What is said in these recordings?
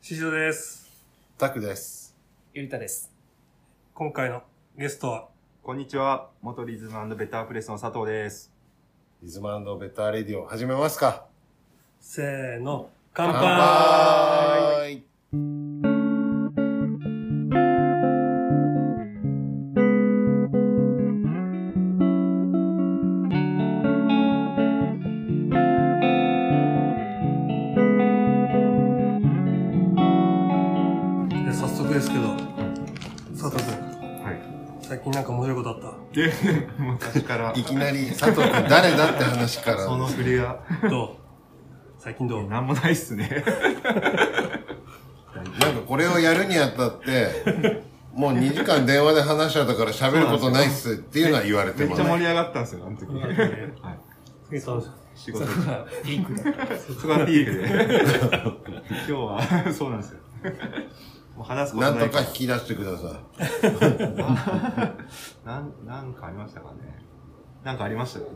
シシドです。タクです。ゆりたです。今回のゲストは、こんにちは。元リズムベタープレスの佐藤です。リズムベターレディオ始めますか。せーの、乾乾杯杯で早速ですけど、佐藤君、は最近なんか面白いことあったい。 昔からい、きなり佐藤君誰だって話から。その振りが、 どう最近どうなんもないっす ね。なんかこれをやるにあたって、もう2時間電話で話しちゃったから喋ることないっすっていうのは言われてめっまちすゃ。盛り上がったんですよ、あの時。上がっはいたね。そう仕事。ピークだった。そこがピークで。 今日は、そうなんですよ。もう話すことななんいとか引き出してくださ なん、なんかありましたかね。なんかありましたかね。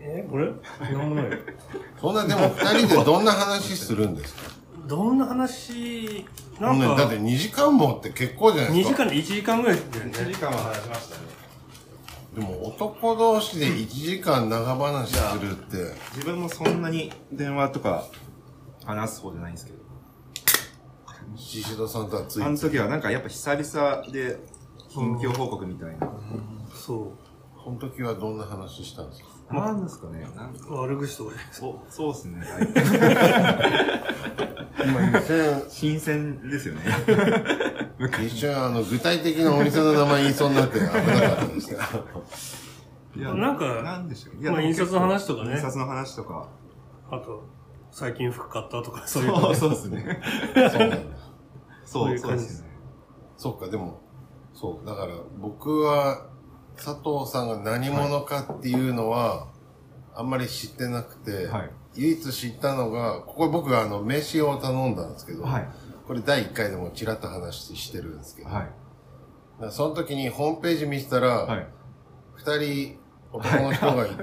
えこれなんもないよ。い。そんなでも2人でどんな話するんですかどんな話、なほんんでだっかて、2時間もって結構じゃない2です時か。間で1時間ぐらいだよね。 1時間は話しましたね。でも男同士で1時間長話するって、自分もそんなに電話とか話す方じゃないんですけど。シシドさんとはついあの時はなんかやっぱ久々で、近況報告みたいな。そこの時はどんな話したんですかなんですかね。なんう。悪口とかじゃないそう、そうっす ね。はい今2000新鮮ですよね。一瞬あの具体的なお店の名前言いそうになって危なかったですねいなんかなんでしょう。まあ印刷の話とかね印刷の話とか。あと、最近服買ったとか、そういうそう、そうっすね。そうなんだこう そいうう、そう感っじですね。そうかでもそうだから僕は佐藤さんが何者かっていうのは、あんまり知ってなくて、はい唯一知ったのがここ僕があの飯を頼んだんですけど、はい。これ第1回でもちらっと話してるんですけど、はい。だからその時にホームページ見せたら、はい。 2人男の人がいて、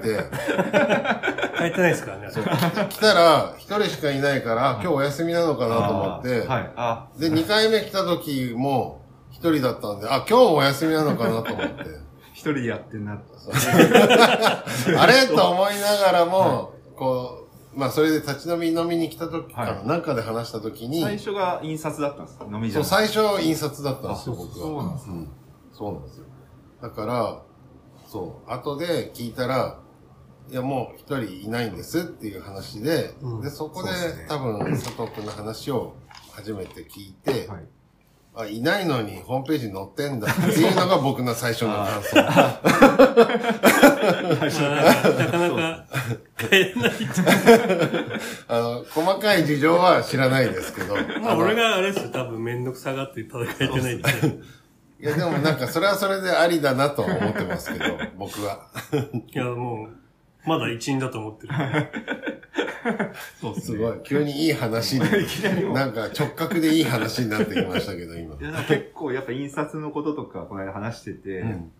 書いてないですからね。そう来たら、一人しかいないから、今日お休みなのかなと思って、あーはい。あ、で、二回目来た時も、一人だったんで、あ、今日お休みなのかなと思って、一人でやってんな。 あれと思いながらも、こう、まあ、それで立ち飲み飲みに来た時かな、はなんかで話した時に、最初が印刷だったんです。飲みじそゃう、なくて最初印刷だったんですよ、あ僕は。そうなんですうんそうなんですよ。だから、そう、後で聞いたら、いや、もう一人いないんですっていう話で、うんで、そこでそうですね多分佐藤くんの話を初めて聞いて、はい。あ、いないのにホームページに載ってんだっていうのが僕の最初の感想。まあなかなか変えない。あの、細かい事情は知らないですけど。 まああの俺があれですよ、多分めんどくさがって戦えてないって。いや、でもなんかそれはそれでありだなとは思ってますけど、僕は。 いや、もう、まだ一員だと思ってる。そうっすすね。ごい。急にいい話に、なんか直角でいい話になってきましたけど、今い。や、なんか結構やっぱ印刷のこととか、この間話してて、うん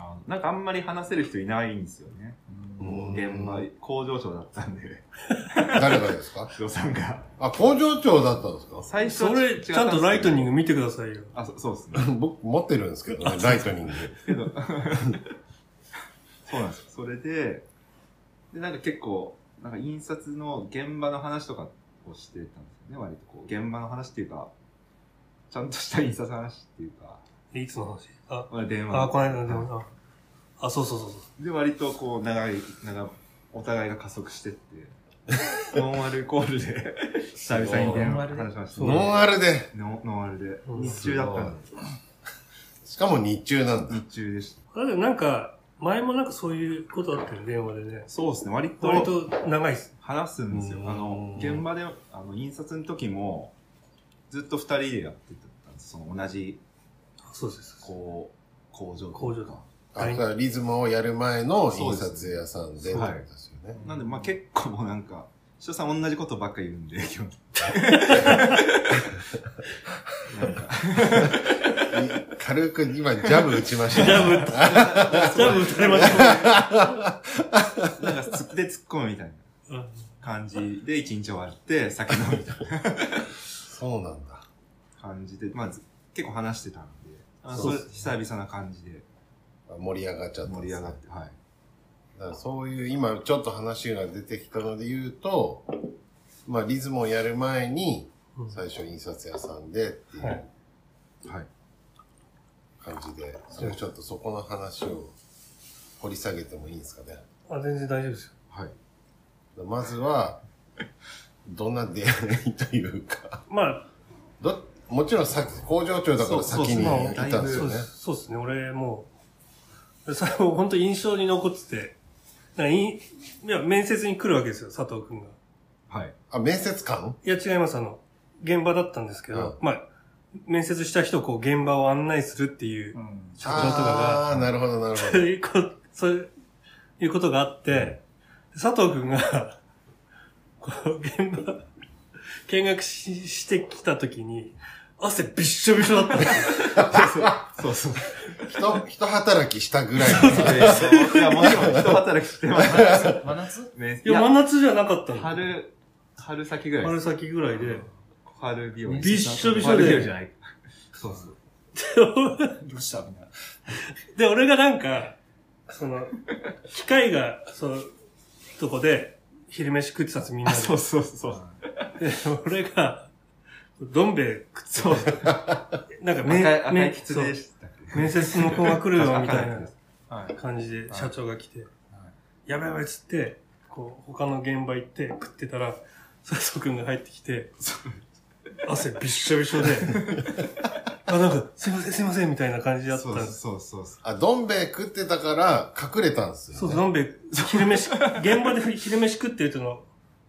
あのなんかあんまり話せる人いないんですよね。うん現場、工場長だったんで、 誰がですか不動さんが。あ、工場長だったんですか最初それ、ちゃんとライトニンググ。見てくださいよ。あ、そそうですね。 僕持ってるんですけどね、ライトニング。けど、そうなんですよ。それで、で、なんか結構、なんか印刷の現場の話とかをしてたんですよね、割とこう。現場の話っていうか、ちゃんとした印刷の話っていうか、いつの話あ、まあ電話のあ、この間でもあ、あ、そうそうそうそう。で、割とこう、長い、長、お互いが加速してって、ノンアルコールで、久々に電話話しましたね。ノンアルで、ノンノンアルでう。ん日中だったんです。しかも日中なんだ。日中でした。だけどなんか、前もなんかそういうことあったよ、電話でね。そうですね、割と。割と長いっす。話すんですよう。んあの、現場で、あの、印刷の時も、ずっと二人でやってたんです。その同じ、そうです。こう、工場とか工場とあ、それはリズムをやる前の印刷屋さんでってことですよね。なんで、まあ結構もうなんか、人さん同じことばっか言うんで、 今日。なんか、い軽く今ジャブ打ちました、ジャブ、 ジャブ打たれましたね。なんか、つっで突っ込むみたいなうん感じで一日終わって、酒飲むみたいな。そうじで、まあ、ず結構話してたんで、あそそうれっす久々な感じで盛り上がっちゃったん盛でりす上ねがって、はい。だからそういう、今ちょっと話が出てきたので言うと、まあリズムをやる前に、うん最初印刷屋さんでっていはういはい。感じで、それちょっとそこの話を掘り下げてもいいんですかね。あ、全然大丈夫ですよ。はい。まずは、どんな出会いというか、まあ、ど、もちろんさ工場長だから先にいそうそうたんですそようねで。すそうですね。俺、もう、それも本当印象に残ってて、なんかいいいや面接に来るわけですよ、佐藤くんが。はい。あ、面接官いや、違います。あの、現場だったんですけど、うんまあ、面接した人をこう、現場を案内するっていううう、ん社長とかああー、なるほど、なるが、ほそう ど。いうこそういうことがあって、佐藤くんが、こう、現場、見学ししてきたときに、汗びっしょびしょだったんですよ。そうそう。人、人働きしたぐらいのいやそういや、もちろん人働きしてます。真夏ねいや、真夏じゃなかったの。春、春先ぐらいで春す。先ぐらいで、春日和。びっしょびしょ春日和じで、ゃない。そうそう。どうしたみたいな。で、俺がなんか、その、機械が、その、とこで、昼飯食ってたんです、みんなあ、で。そうそうそう。で、俺が、どん兵衛食って て、なんかめ赤い、赤めいきつねでしたっそうけ面接の子が来るよ、みたい赤ですはない。感じではい社長が来て、やばいやばいっつって、こう、他の現場行って食ってたら、佐藤くんが入ってきて、汗びっしょびし ょで、あ、なんか、すいません、すいません、みたいな感じだったんそうです。そうそうそう。あ、どん兵衛食ってたから隠れたんですよ、ね。そう、どん兵衛、昼飯、現場で昼飯食ってるっていうの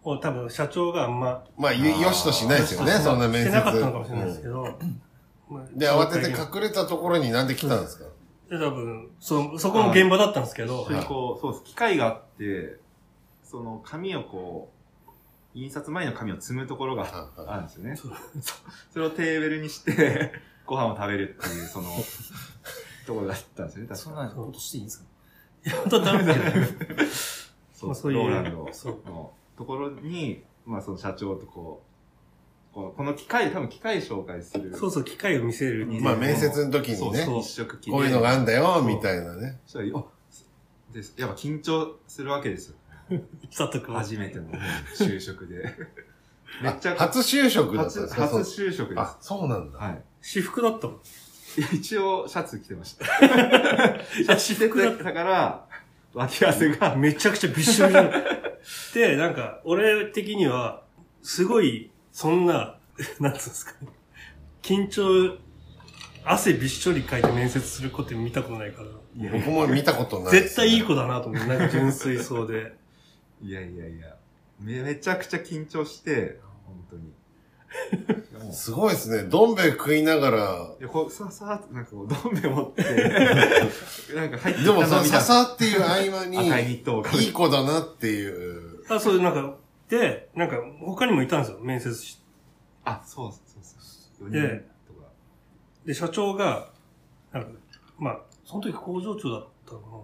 を多分社長があんま、まあ、あよーよしとしないですよね、そうそんな面して接。なかったのかもしれないですけど、まあうんで、慌てて隠れたところになんで来たんですかで、多分、そ、そこの現場だったんですけど、本当にこう、そうです。機械があって、その紙をこう、印刷前の紙を積むところがはいはあるんですよね。そそうそれをテーブルにして、 ご飯を食べるっていう、その、ところだったんですよね。確そかんなことしていいんですか本当はダメだよね。そまあう、そういうローランドそうのところに、まあその社長とこう、このこの機械、多分機械紹介する。そうそう、機械を見せる。い。まあ、面接の時そにうね、そうこ一色機ういうのがあんだよ、みたいなね。そしたら、あでやっぱ緊張するわけですよ。佐藤君は初めての就職で。めっちゃ あ初就職だったん初ですか初そ就職うですあ。、そうなんだ。はい私服だったもん。いや。一応、シャツ着てました。シやャツ着てたから、脇汗が、めちゃくちゃびっしょびしょ。で、なんか、俺的には、すごい、そんな、 なんつうんですかね。緊張、汗びっしょりかいて面接する子って見たことないから、いや僕も見たことないで絶すね、対いい子だなと思って、なんか純粋そう で。いやいやいや、めめちゃくちゃ緊張して、本 当に。もうすごいですね。どん兵衛食いながら、いや、こう、さ、さーっと、なんかこう、どんべ持って、なんか入っ てでもその見たささっていう合間赤いニに、ットをかぶっいいて子だなっていう。あ、そう、なんか、で、なんか、他にもいたんですよ、面接しあ、そうそうそう。4で人とか。で、社長が、なんか、まあ、その時工場長だったのかな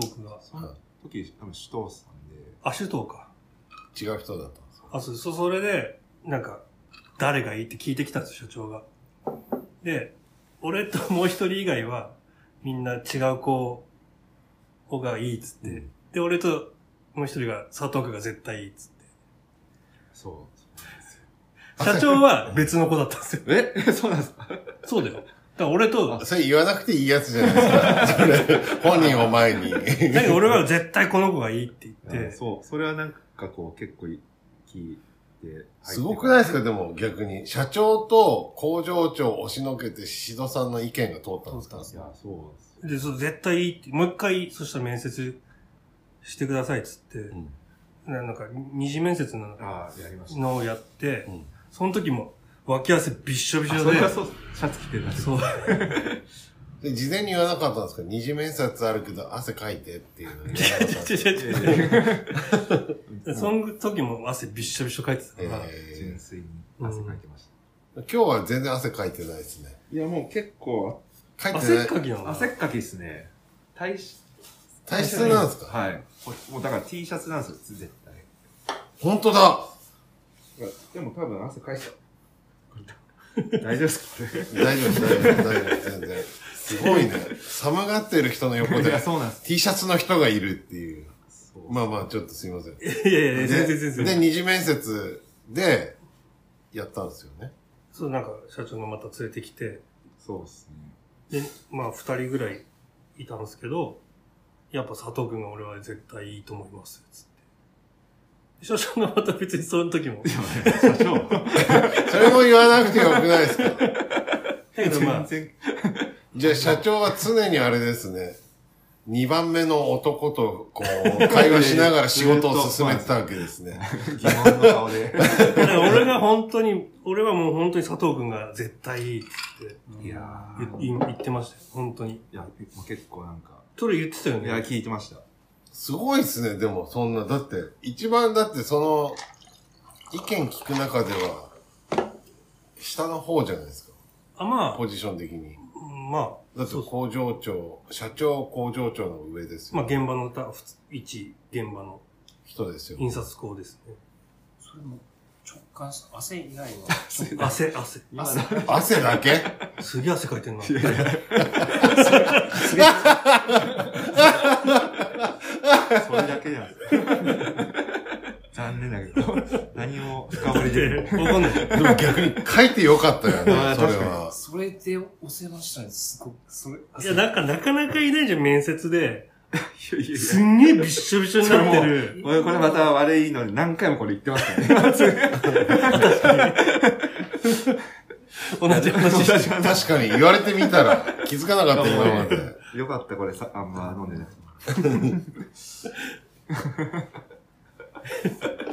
僕が。その時、多分、首藤さんで、あ、首藤か。違う人だったんですよあ、そう、そ、それで、なんか、誰がいいって聞いてきたんですよ、社長が。で、俺ともう一人以外は、みんな違う子がいいっつって。うんで、俺ともう一人が、佐藤君が絶対いいっつって。そう。そうなんですよ。社長は別の子だったんですよ えそうなんですか そうだよ。だから俺と、それ言わなくていいやつじゃないですか。それ、本人を前に。だけど俺は絶対この子がいいって言 って、そう。それはなんかこう、結構い、聞いて。すごくないいですかでも逆に。社長と工場長を押しのけて宍戸さんの意見が通ったんで通すかったんですや、そうですよ。で、そう、絶対いいって、もう一回、そしたら面接してくださいっつって、んななんか、二次面接なのああ、やりました。のをやって、うんその時も、脇汗びっしょびしあょそでれ、はそう、シャツ着てた。そう、で、事前に言わなかったんですか二次面接あるけど汗かいてっていう の言わなかったんですか違う違う違うでその時も汗びっしょびしょかいてたかえら、純ー粋に汗かいてました。今日は全然汗かいてないですね。いや、もう結構、かいてな汗っい。かきなの汗っかきですね。体質。体質なんですかはい。これもうだから T シャツなんですよ、絶対。本当だでも多分汗かいちゃう。 大丈夫ですかこ大丈夫です、大丈夫です、大丈夫です、全然。すごいね。寒がってる人の横れ。いでや、そうなんです。 T シャツの人がいるっていう。そうまあまあ、ちょっとすいません。いやいやいや、全然全で、然。二次面接で、やったんですよね。そう、なんか、社長がまた連れてきて、そう ですね。で、まあ、二人ぐらいいたんですけど、やっぱ佐藤君が俺は絶対いいと思います、つって。社長がまた別にその時も。社長。それも言わなくてよくないですかだけどまあ、 全じゃあ、社長は常にあれですね。二番目の男と、こう、会話しながら仕事を進めてたわけですね。然疑問の顔で。だから俺が本当に、俺はもう本当に佐藤君が絶対いいって いや言ー。い言言ってましたよ、本当に。や、もう結構なんか。それ言ってたよいや、ね。聞いてました。すごいですね、でも、そんな。だって、一番だって、その、意見聞く中では、下の方じゃないですか。あ、まあポジション的に。、まあ、だってそうそう。工場長、社長工場長の上ですまあ、よ。現場のた、普通一現場の人ですよ。印刷工ですね。それも直感した。汗以外は。汗、汗。今汗汗だけすげえ汗かいてんな。それだけじ ゃん。残念だけど。何も深掘りで。わかんない。でも逆に書いてよかったよね、それあー確かには。それで押せましたね。すごく。それ。いや、なんかなかなかいないじゃん、面接で。いやいやいやすんげえびっしょびしょになってる。俺これまた悪いのに何回もこれ言ってます からね。同じ話してる。確かに言われてみたら気づかな かった今まで。よかった、これさ、あんま飲んでなくて。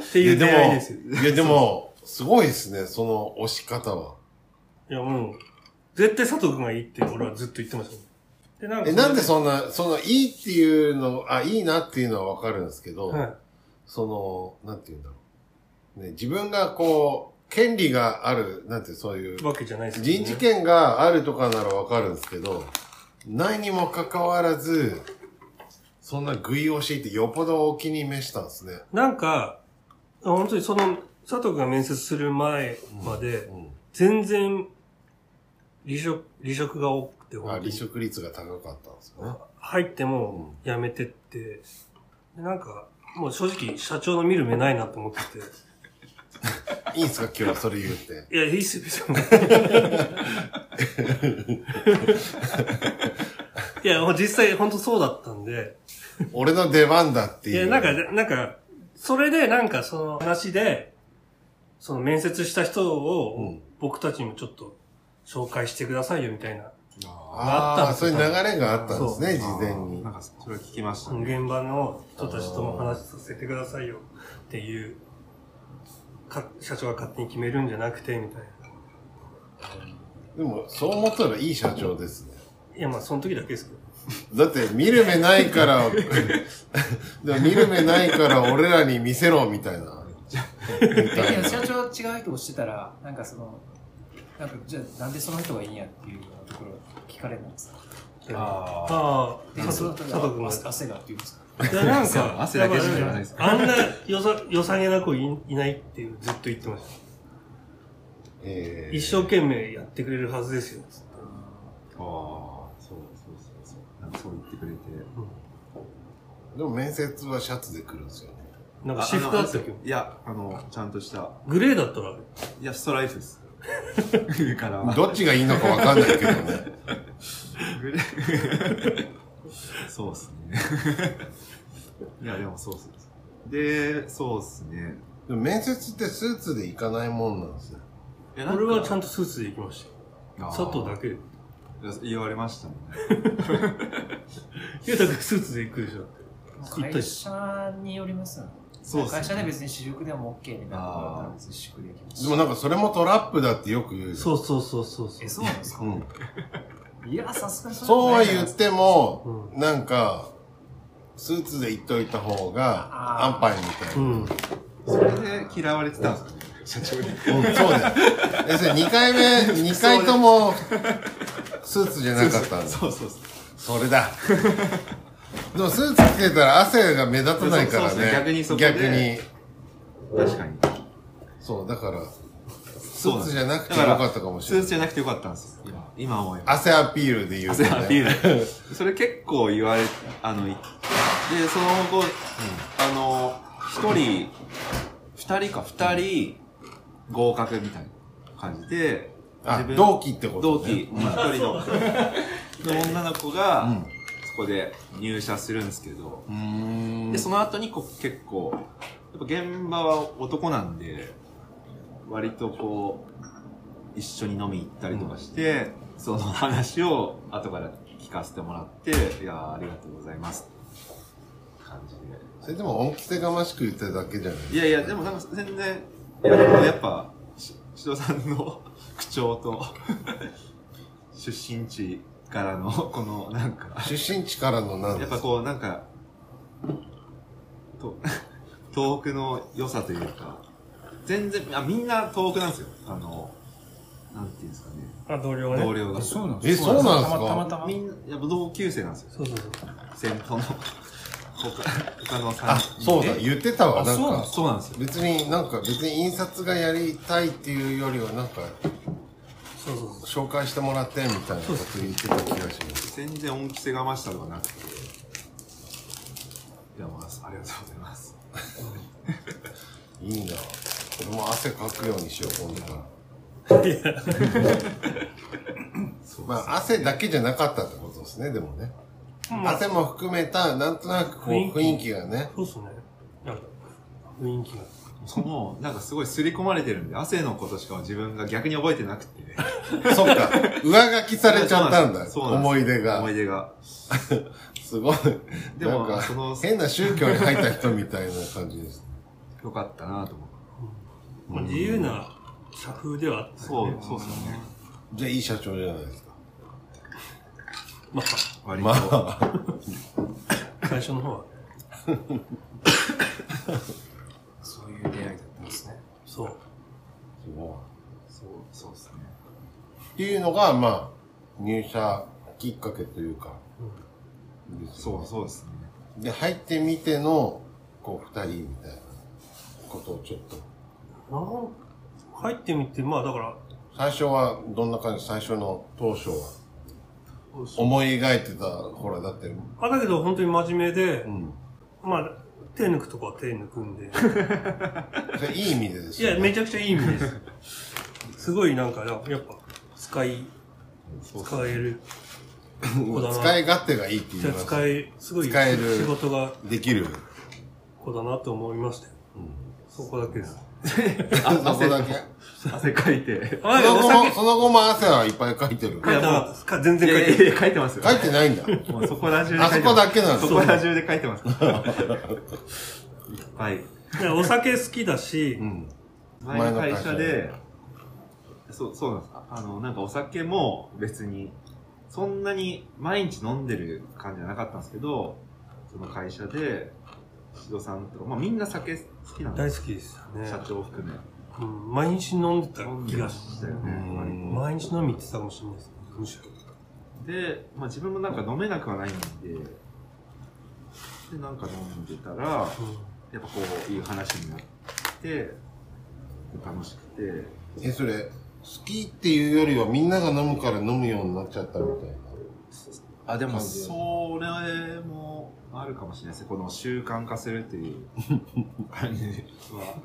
っていう出会いですよ。いやでも、すごいですね、その押し方は。いや、もう、絶対佐藤君がいいって俺はずっと言ってましたね。で、なんえ、なんでうそんな、そのいいっていうの、あ、いいなっていうのはわかるんですけど、はその、なんて言うんだろう。ね、自分がこう、権利がある、なんてそういうい。、わけじゃないですけど人事権があるとかならわかるんですけど、何にもかかわらず、そんな食い押しってよっぽどお気に召したんですね。なんか、あ本当にその、佐藤君が面接する前まで、う全然、離職、離職が多くて、ん。あ、本当離に職率が高かったんですよね。入っても辞めてって、でなんか、もう正直社長の見る目ないなと思ってて。いいんすか今日それ言って。いや、いいっすよ、別に。 いや、もう実際本当そうだったんで。俺の出番だっていいう。や、なんか、なんか、それでなんかその話で、その面接した人うをん僕たちにもちょっと紹介してくださいよみたいな、あっあたあ、んですそうよいう流れがあったんですね、あ事ー前にな。んか、それは聞きましたそのね。現場の人たちとも話させてくださいよっていう、か社長が勝手に決めるんじゃなくてみたいな。でも、そう思ったらいい社長ですね。いや、まあその時だけですけど。だって、見る目ないから、でも見る目ないから俺らに見せろ、みたいな。みたいいや、な社長違う人をしてたら、なんかその、なんか、じゃあなんでその人がいいんやっていうようなところ聞かれるんですかああ。ああ、で佐その藤時君が。は汗汗がって言うんですかいや、なんそうか、汗だけじゃないですあんなよさ、よさげな子いいないっていうずっと言ってました。えー一生懸命やってくれるはずですよ。つってああ、そうそうそうそう。なんかそう言ってくれて。でも面接はシャツで来るんですよね。なんか私服だったけど。いや、あの、ちゃんとした。グレーだったら、いや、ストライプです。だから、どっちがいいのかわかんないけどね。グレー そうっすね。いや、でもそうっす。で、そうっすね。でも面接ってスーツで行かないもんなんですね。俺俺はちゃんんとスーツで行きましたよ。あー佐藤だけで。言われましたね。いや、だからスーツで行くでしょ。行った会し。社によりますよね。そうっすね。会社で別に私服でも OK みたいなところだったら別に私服で行きます。でもなんかそれもトラップだってよく言うよそうそうそうそうえ、そそうなんですかうん。いや、さすがにそうは言っも。ても、う。なんか、スーツで行っといた方が、あ安ー牌みたいううな。ん。それで嫌われてたんですかね、社長に。うん、そうだよ。え、それ2回目、二回とも、スーツじゃなかったんだ。そうそうそう。それだ。でもスーツ着てたら汗が目立たないからそうそうそうね。逆にそこで逆に確かに。そう、だから、ススーツじゃなくてだよからかったかもしスれーなツじゃい。なくてよかったんですよ。今、今思います。汗アピールで言うとね汗アピール。それ結構言われ、あの、いで、その後、あの、一人、二人か、二人、合格みたいな感じで、あ自、分同期ってこと同ね期、一 人の、の女の子うがん、そこで入社するんですけど、うーん。で、その後にこう結構、やっぱ現場は男なんで、割とこう、一緒に飲み行ったりとかして、その話を後から聞かせてもらって、いやーありがとうございます。感じで。それでも恩着せがましく言っただけじゃないいやいや、でもなんか全然、やっぱ、しシドさんの 口調と、 出身地からの、このなんか、出身地からのなんやっぱこうなんか、と 東北の良さというか、全然、あみんな東北なんですよ。あの、なんていうんですかね、あ、同僚がね。同僚が。そうなんえそうなんですかたまたまたまみんな、やっぱ同級生なんですよ。そうそうそう。先方の、他、他の3あ、そうだ、え言ってたわ、あなんそうなんかです。そうなんですよ。別に、なんか別に印刷がやりたいっていうよりは、なんか、そうそうそう。紹介してもらってみたいなこと言ってた気がします。全然恩着せがましたとかなくて。いや、まあ、ありがとうございます。いいな俺も汗かくようにしよう、今度から。そうまあ、汗だけじゃなかったってことですね、でもね。まあ汗も含めた、なんとなくこう雰囲気雰囲気がね。そうっすね。なんか、雰囲気が。もう、なんかすごい刷り込まれてるんで、汗のことしか自分が逆に覚えてなくて。そっか、上書きされちゃったんだ、そうなんです思い出が思。い出が。すごい。でなんも、かその、変な宗教に入った人みたいな感じです。よかったなと思って。まあ、自由な社風ではあったよね。そうですよね。じゃあ、いい社長じゃないですか。ま割と。まあ、あ、最初の方はね。 そういう出会いだったんですねそう。すごい。そう、そうですね。っていうのが、まあ、入社きっかけというか、ですよそう、ねそうですね。で、入ってみての、こう、二人みたいなことをちょっと。なん入ってみて、まあだから、最初は、どんな感じ最初の当初は。思い描いてた、ほら、だって、うあ、だけど本当に真面目で、ん。まあ、手抜くとこは手抜くん で。それいい意味でですいや、よ、ね。めちゃくちゃいい意味です。すごいなんか、やっぱ、使い、使える。こだな使い勝手がいいって言じゃあいます。使え、すごい使える仕事ができる。子だなと思いましたよ。うん。そこだけです。あ、 そこだけ。汗かいて。あそおの後も、酒その後も汗はいっぱいかいてる。書いてなかったですか全い然書いやてないい。やいや、書いてますよ。かいてないんだ。もうそこら中で書いあてます。そこだけなんそだ。こら中で書いてます。 はい。いやお酒好きだしう、ん。前の会社前での会、そう、そうなんです。あの、なんかお酒も別に、そんなに毎日飲んでる感じじゃなかったんですけど、その会社で、シドさんとか、まあみんな酒好きなんで大す好きですよね社。長含め。うん毎日飲んでた飲ん気でまがししたたよよね。ね。割と毎日飲み行ってたかもしれないですね。むしろ。で、まあ、自分もなんか飲めなくはないんで、で、なんか飲んでたら、やっぱこういう話になって、楽しくて、え、それ、好きっていうよりはみんなが飲むから飲むようになっちゃったみたいな。あ、でも、感じそれもあるかもしれないですね。この習慣化するっていう感じ は、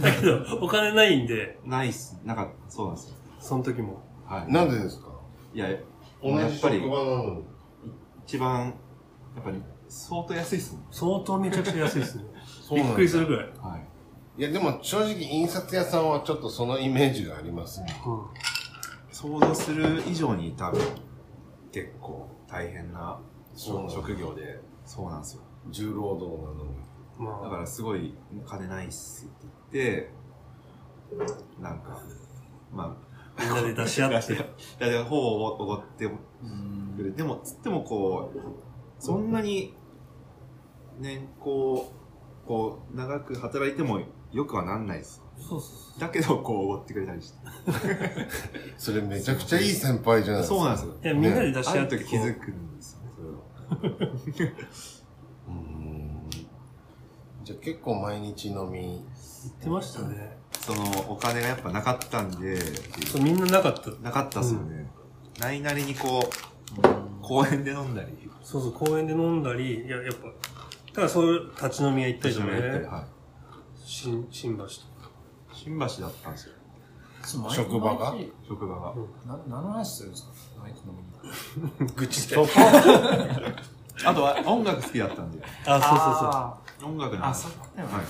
だけど、お金ないんで、ないっす。なんか、そうなんですよ。その時も。はい。なんでですかいや、同やじっぱり職場なのに。一番、やっぱり、相当安いっすも相当めちゃくちゃ安いですね。そうびなんだっくりするぐらい。ん。はい。いや、でも正直印刷屋さんはちょっとそのイメージがありますね。うん想像する以上に多分、結構大変なそうなんだ職業で、そうなんですよ。重労働なのに。だまからすごい金ないっすって言って、なんか、まあ、みんな で出しあ、 合っいて。やでもほぼおごってくれる。でも、つってもこう、そんなに、年功、こう、長く働いてもよくはなんないです。そうそうだけど、こう、おごってくれたりして。それめちゃくちゃいい先輩じゃないですか。そうなんですよ。いや、みんなで出あし合るって時気こづう。くんですよね、それは。うーん。じゃあ結構毎日飲み。言ってましたね。そのお金がやっぱなかったんで、そう、みんななかった。なかったっすよね。ないなりにこう、公園で飲んだり、そうそう、公園で飲んだり、いや、やっぱ、だからそういう立ち飲み屋行ったり立ちと飲かみ行ったり、ね。はい。新、新橋とか。新橋だったんですよ、職場が毎日職場が。な何の話するんですか毎日飲みに行って愚痴でそこあとは音楽好きだったんで、あ、音楽のあ、話そ。うだよね。はい。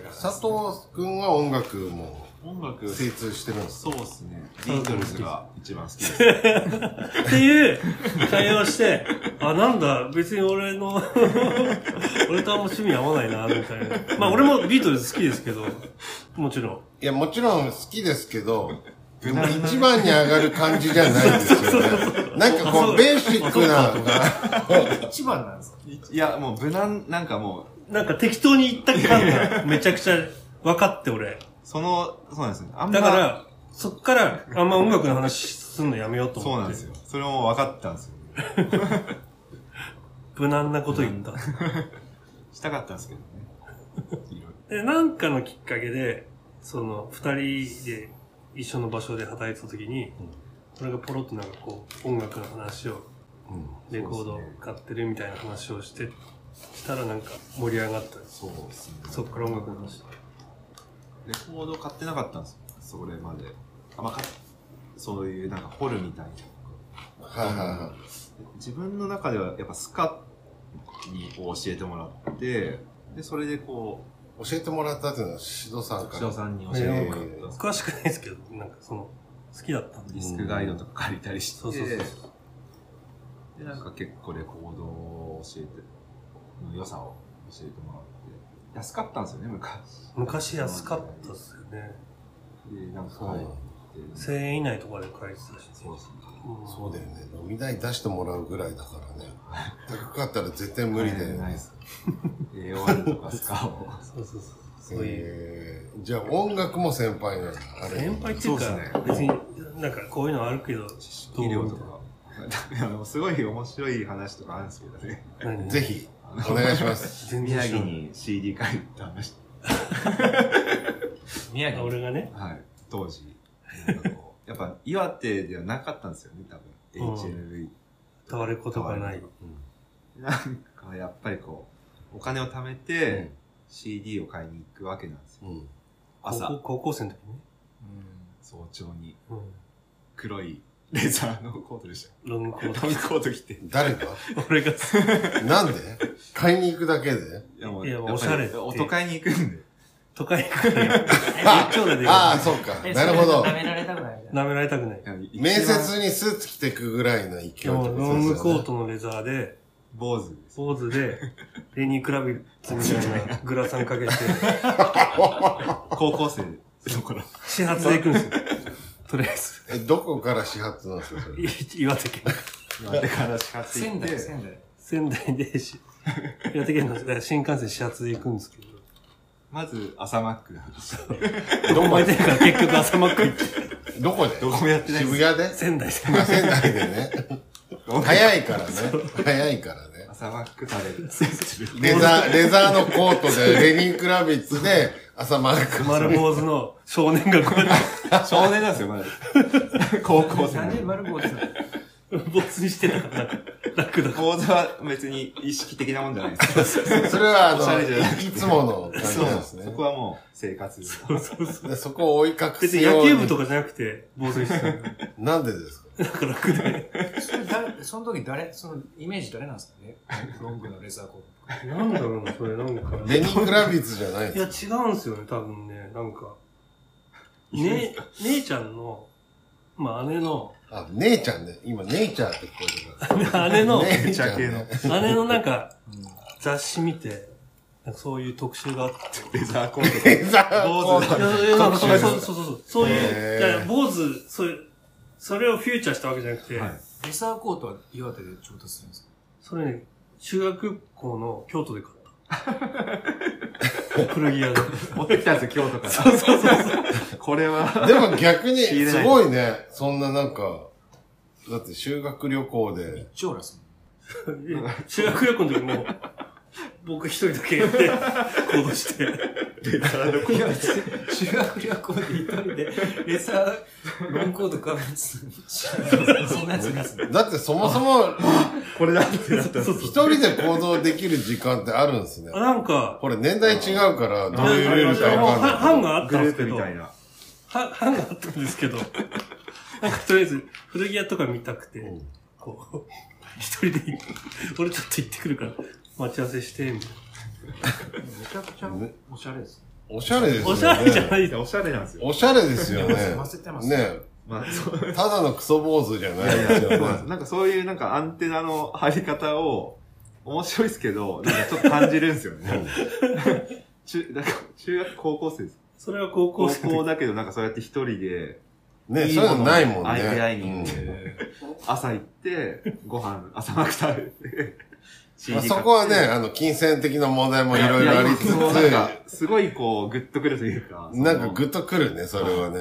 え佐藤くんは音楽も音楽、精通してるんですかそうですね。ビートルズが一番好きです。そうそうそう。っていう会話をして、あ、なんだ、別に俺の、 俺とあんま趣味合わないな、みたいな。まあ俺もビートルズ好きですけど、もちろん。いや、もちろん好きですけど、でも無難な一番に上がる感じじゃないですよ ね。なんかこう、ベーシックな、 一番なんですかいや、もう無難、なんかもう、なんか適当に言った感がめちゃくちゃ分かって俺。その、そうなんですよ。あんまだか、ら、そっからあんま音楽の話すんのやめようと思って。そうなんですよ。それも分かったんですよ。無難なこと言った。したかったんですけどね。いろいで、なんかのきっかけで、その、二人で一緒の場所で働いてた時に、俺がポロッとなんかこう、音楽の話を、うんレコーそうドですね買ってるみたいな話をして、したらなんか盛り上がったんでろす。そうですね。そっから音楽の話。レコード買ってなかったんですよ。それまで。あんま買っそういうなんか掘るみたいな。はいはいは自分の中ではやっぱスカにこう教えてもらって、で、それでこい。教えてもらったっていうのは、シドさう、んか岸田ら。さんに教えてもらったんです詳しくないですけど、なんかその、好きだったんで。ディスクガイドとか借りたりして、そうそうそうで、なんか結構レコードを教えて、の良さを教えてもらって、安かったんですよね、昔。昔安かったっすよね。で、なんかそう入って、 1000円以内とかで買えてたし。そうですね。うんそうだよね。飲み代出してもらうぐらいだからね。高かったら絶対無理だよないね。です。AOR とかスカを。そうそうそう。そういう。えーじゃあ音楽も先輩なのあれ先輩っていうそうかっすね、別になんかこういうのあるけど、医療とか。あのすごい面白い話とかあるんですけどね。何ぜひ、お願い します。全然宮知ら城ないに CD 借りた話。宮城。俺がね、はい。当時。なんかこうやっぱ岩手ではなかったんですよね、多分。HLV。タワレコとかない。なんかやっぱりこう、お金を貯めて CD を買いに行くわけなんですよ。うんうん高校朝、高校生の時ね。早朝にう黒いレザーのコートでしたよ。ん。ロングコーロングコート着て。誰がト。 俺が、なんで買いに行くだけでいやもいやもうやおっぱりしゃれってお都会に行くんで。都会行く から、一丁でできるああ、そうか。なるほど。舐められたくないみたいな。舐められたくない。いや面接にスーツ着てくぐらいの勢い今日、とかロングコートのレザーで、坊主です。ポーズ で、レニー・クラビッツみたいなグラサン かけて、高校生の頃。始発で行くんですよ。 とりあえずえ、どこから始発なんですかそれ。い、岩手県。岩手から叱って行仙っ台、て、仙台。仙台で し、岩手県のだから新幹線始発で行くんですけど。まず朝マックどこまでから結局朝マック行って、 どこでどこもやってないです渋谷で仙台で。あ仙台でね。早いからね。早いからね。朝マック食べる。レザー、レザーのコートで、レニー・クラビッツで、朝マック。丸坊主の少年がこうやっ少年なんですよ、まだ。 高校生なんでの。丸坊主なのて、坊主にしてたから、なんか、楽 だから。講座は別に意識的なもんじゃないです。それは、あおしゃの、れじゃなくいいつもの感じそうなんでですすね。ね。そこはもう生活。でそこを追い隠別すによ野うに。球部とかじゃなくて、坊主にしてたから。なんでですかなんか楽で。それ誰、その時誰、 そのイメージ誰なんですかねロングのレザーコートとか。なんだろうな、それ、なんか。 レニー・クラビッツじゃないいでや、す違うんすよね、多分ね。なんか、ね、姉ちゃんの、まあ姉の、 あ、姉ちゃんね。今、姉ちゃんって聞こえて姉た。の、姉茶系のね。姉のなんかうん雑誌見て、なんかそういう特集があって。レザーコーレザーコ坊主いやーいやなんかそうそうそうそう。そういへう、ーいや坊主、そういう、それをフューチャーしたわけじゃなくて、ト。はい。レザーコートは岩手で調達するんですかそれね、中学校の京都で買った。古着屋で。持ってきたんですよ、今日とか。そうそうそう。これは、ト。でも逆に、仕入れないすごいね。そんななんか、だって修学旅行で、一応らす中学旅行の時も、僕一人だけ行って、行動して、ってたらどこいや、修学旅行で一人で、餌、ロンコートかぶって、そんなやついますね。だってそもそも、これだってなったんです一人で行動できる時間ってあるんですねあ。なんか、これ年代違うから、どうなんいうルールかかもうわはか班んない。があっグたんでルすーけプみど、たいはな。班があったんですけど、なんかとりあえず、古着屋とか見たくて、うんこう、一人で、俺ちょっと行ってくるから、待ち合わせして、みたいめちゃくちゃおしゃれです。おしゃれですよな。ね。おしゃれじゃないいいですねおしゃれなんですよ。おしゃれですよね。ませてますねまあ、そうただのクソ坊主じゃないですよそうなんですね。なんかそういうなんかアンテナの張り方を面白いですけど、なんかちょっと感じるんですよね。中、なんか中学高校生です。それは高高校生の校時だけどなんかそうやって一人で、ねそういうのないもんね。相手会いに行うっんて、朝行って、ご飯、朝マック食べて、まあそ CD 買ってこはね、、あの、金銭的な問題もいろいろありつつ、そうなんか、すごいこう、グッとくるというか、そのなんかグッとくるね、それはね。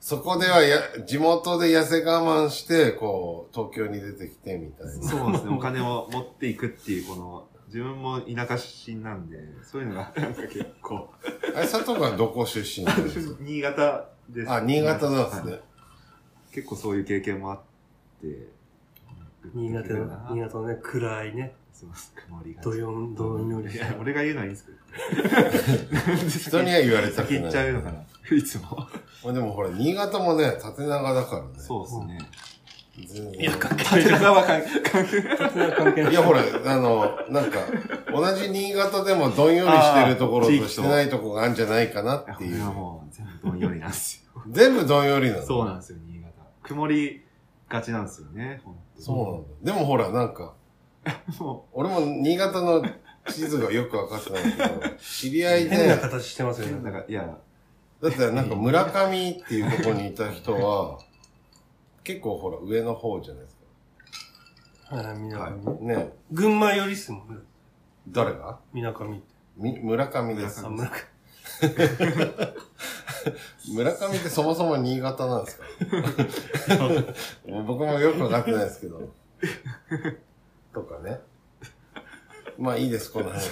そこではや、地元で痩せ我慢して、こう、東京に出てきてみたいな。そうですね、お金を持っていくっていう、この、自分も田舎出身なんで、そういうのが、なんか結構、あれ、佐藤君はどこ出身なんですか新潟です。あ、新潟なんですはねい。結構そういう経験もあって、新潟だの、新潟のね、暗いね、すみません、曇りがどよん、どんよりいしやた、。俺が言うのはいいんですけど。 人には言われたく先行っちなゃい。うのかな、いつも。まあでもほら、新潟もね、縦長だからね。そうですね。全然いや、関係ない縦長は関係ない。それは関係ないいや、ほら、あの、なんか、同じ新潟でもどんよりしてるところとしてないとこがあるんじゃないかなってこいれうは。もう全部どんよりなんですよ。全部どんよりなの。そうなんですよ、新潟。曇りがちなんですよね、ほんとにそうなんだ。でもほら、なんか、も俺も新潟の地図がよく分かってないけど、知り合い変なで、形してますう、よね。なんか、いや、だってなんか村上っていうところにいた人は、結構ほら、上の方じゃないですはい、みなかみか。ね。ね群馬よりっすもんね、誰がみなかみって。み村上ですあ、。村上。村上ってそもそも新潟なんですかもう僕もよくわかってないですけど。とかね。まあいいです、この話。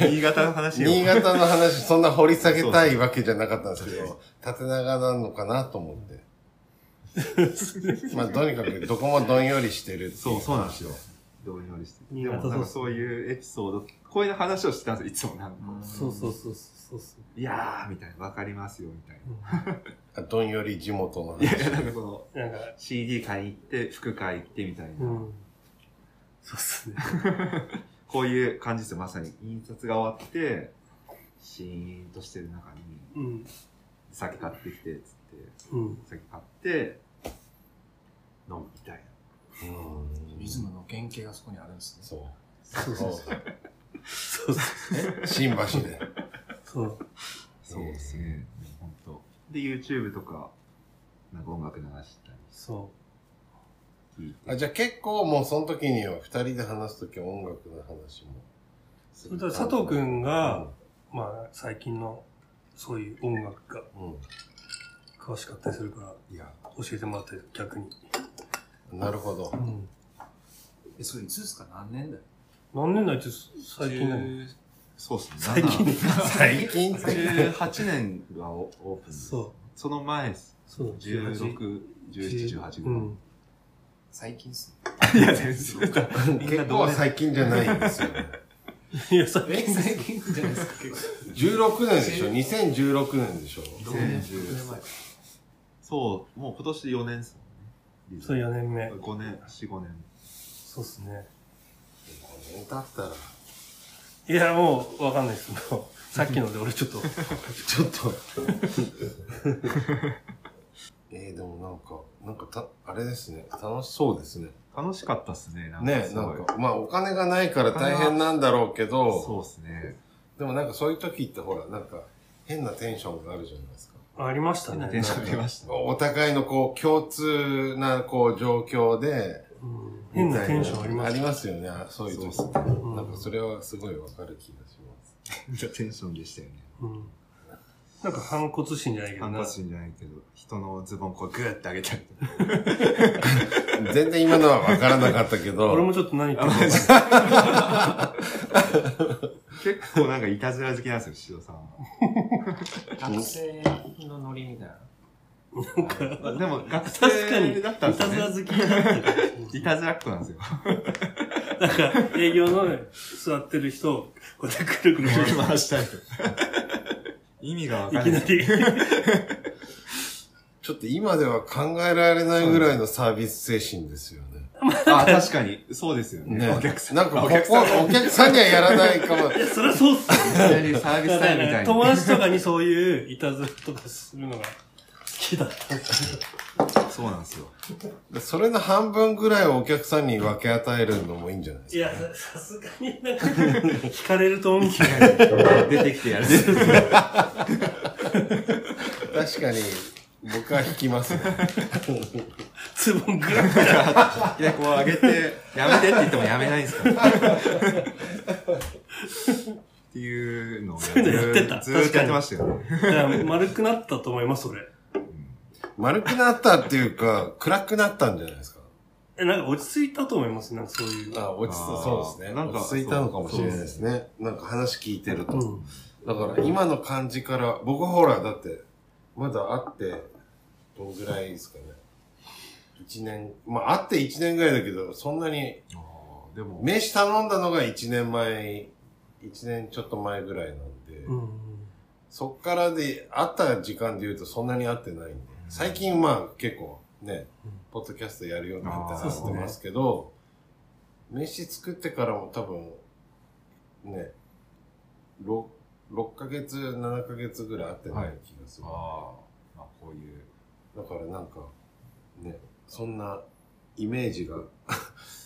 新潟の話を。新潟の話、そんな掘り下げたいわけじゃなかったんですけど、縦長なのかなと思って。まあとにかくどこもどんよりしてるっていそう、そうなんですよ。どんよりして。新で潟もなんかそういうエピソード、こういう話をしてたんですよ、いつもなんか。そうそうそうそうそう。いやー、みたいな、わかりますよ、みたいな。あどんより地元のいやい話。や、なんかその、なんか、 CD 買いに行って、服買いに行って、みたいな。うん。そうっすね。こういう感じですよ、まさに。印刷が終わって、シーンとしてる中に、うん。酒買ってきて、つって、うん。酒買って、飲むみたいな。うんリズムの原型がそこにあるんですね。そう。そうそうそう。そうっす新橋で。そう。そうですね。本当。で、YouTube とか、なんか音楽流したりそ聞いあて。じゃあ結構もうその時には二人で話す時は音楽の話もする。それと佐藤くんがう。まあ、最近の、そういう音楽がうん、うん詳しかったりするから、いや、教えてもらって、逆に。な るほどう。ん。え、それいつですか何年だよ。何年代って最近だよね。そうですね。最近ね。最近って。 18年がオープン。そう。その前です。そう。 16、17、18ぐうらい。ん。最近っすいや、全然だ。結構最近じゃないんですよ、ね。いや、さね。え、最近じゃないですか結構。 16年でしょ ?2016 年でしょどうね2010どれ前そう、もう今年4年ですもんね。そう、4年目。 5年、4、5年。そうっすね。 ?5 年経ったら、いや、もう、わかんないっす。もうさっきので俺ちょっと、ちょっと。えー、でもなんか、なんかた、あれですね。楽しそうですね。楽しかったっすね、なんかねすなごいんか、まあお金がないから大変なんだろうけそど、うっすね。でもなんかそういう時ってほら、なんか変なテンションがあるじゃないですか。ありましたね。テンション出ました。お互いのこう共通なこう状況で、うん変なテンションありまあすりますよね。そういう時そうって。うんなんかそれはすごいわかる気がします。めっちゃテンションでしたよね。うんなんか反骨心じゃないけどハンな。カチじゃないけど、人のズボンこうグーって上げたりとか。全然今のはわからなかった け俺ど、もちょっと何言ってるか分 結構なんかいたずら好きなんですよ、シドさんは。学生のノリみたいな。まあ でも学確かに生だったんいでたすずらね。好きになってる。いたずらっ子なん ですよ。なんか、営業のね座ってる人を、こうやってくるくる回して回したい。 意味がわいかきんな。ないり。ちょっと今では考えられないぐらいのサービス精神ですよね。あ、確かに。そうですよね。ねお客さん。なんかこおこ、客さん。お客さんにはやらないかも。いや、それはそうっすよ。いきなりサービスタイムみたい友に。達とかにそういういたずらとかするのが好きだったんだそうなんですよ。それの半分ぐらいをお客さんに分け与えるのもいいんじゃないですいや、ささすがになんか、惹かれると思うけど。出てきて やる。か。確かに、僕は引きますね。ズボングラッいや、こう上げて、やめてって言ってもやめないんです から。っていうのをそういうのやってたずーずーっとやってましたよね。だから丸くなったと思います、俺。丸くなったっていうか、暗くなったんじゃないですか。え、なんか落ち着いたと思います、なんかそういう。あ落ちあーそうですね。なんか落ち着いたのかもしれないですね。なんか話聞いてると。うん。だから今の感じから、僕はほら、だって、まだ会って、どんぐらいですかね。一年、まあ会って一年ぐらいだけど、そんなに、あーでも、名刺頼んだのが一年前、一年ちょっと前ぐらいなんで、うん。そっからで、会った時間で言うとそんなに会ってないんで、最近まあ結構ね、うんポッドキャストやるようになあーっそうてっっすてねますけど、名刺作ってからも多分、ね、6, 6ヶ月、7ヶ月ぐらい会ってない気がする。あーまあ、こういう、だからなんか、ね、そんなイメージが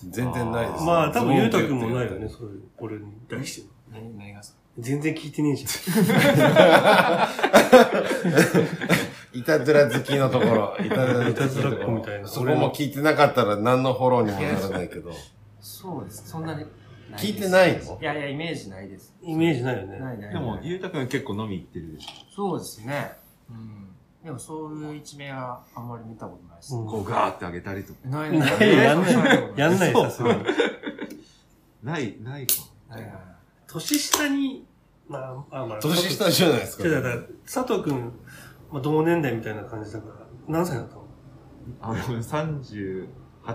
全然ないです、まあ、多分、ゆうたくんもないよズボンね、ってそういう、俺に対して。何、何がさ。全然聞いてねえじゃいたずら好きのところ。いたず ら好きのところいたずらっ子みたいなそこも聞いてなかったら何のフォローにもならないけど。そうです。そんなに。聞いてないのいやいや、イメージないです。ん。イメージないよなね。いない。でも、ないゆうたくん結構飲み行ってるでしそうですね。うん。でも、そういう一面はあんまり見たことないです。うょ。んこうガーって上げたりとか。ないないやんないやんない、そうさすがに。ない、ないか。ないない年下に、まあ、あ、まあ、年下じゃないですか。じゃだから、佐藤くん、まあ、同年代みたいな感じだから、何歳だったのあの、38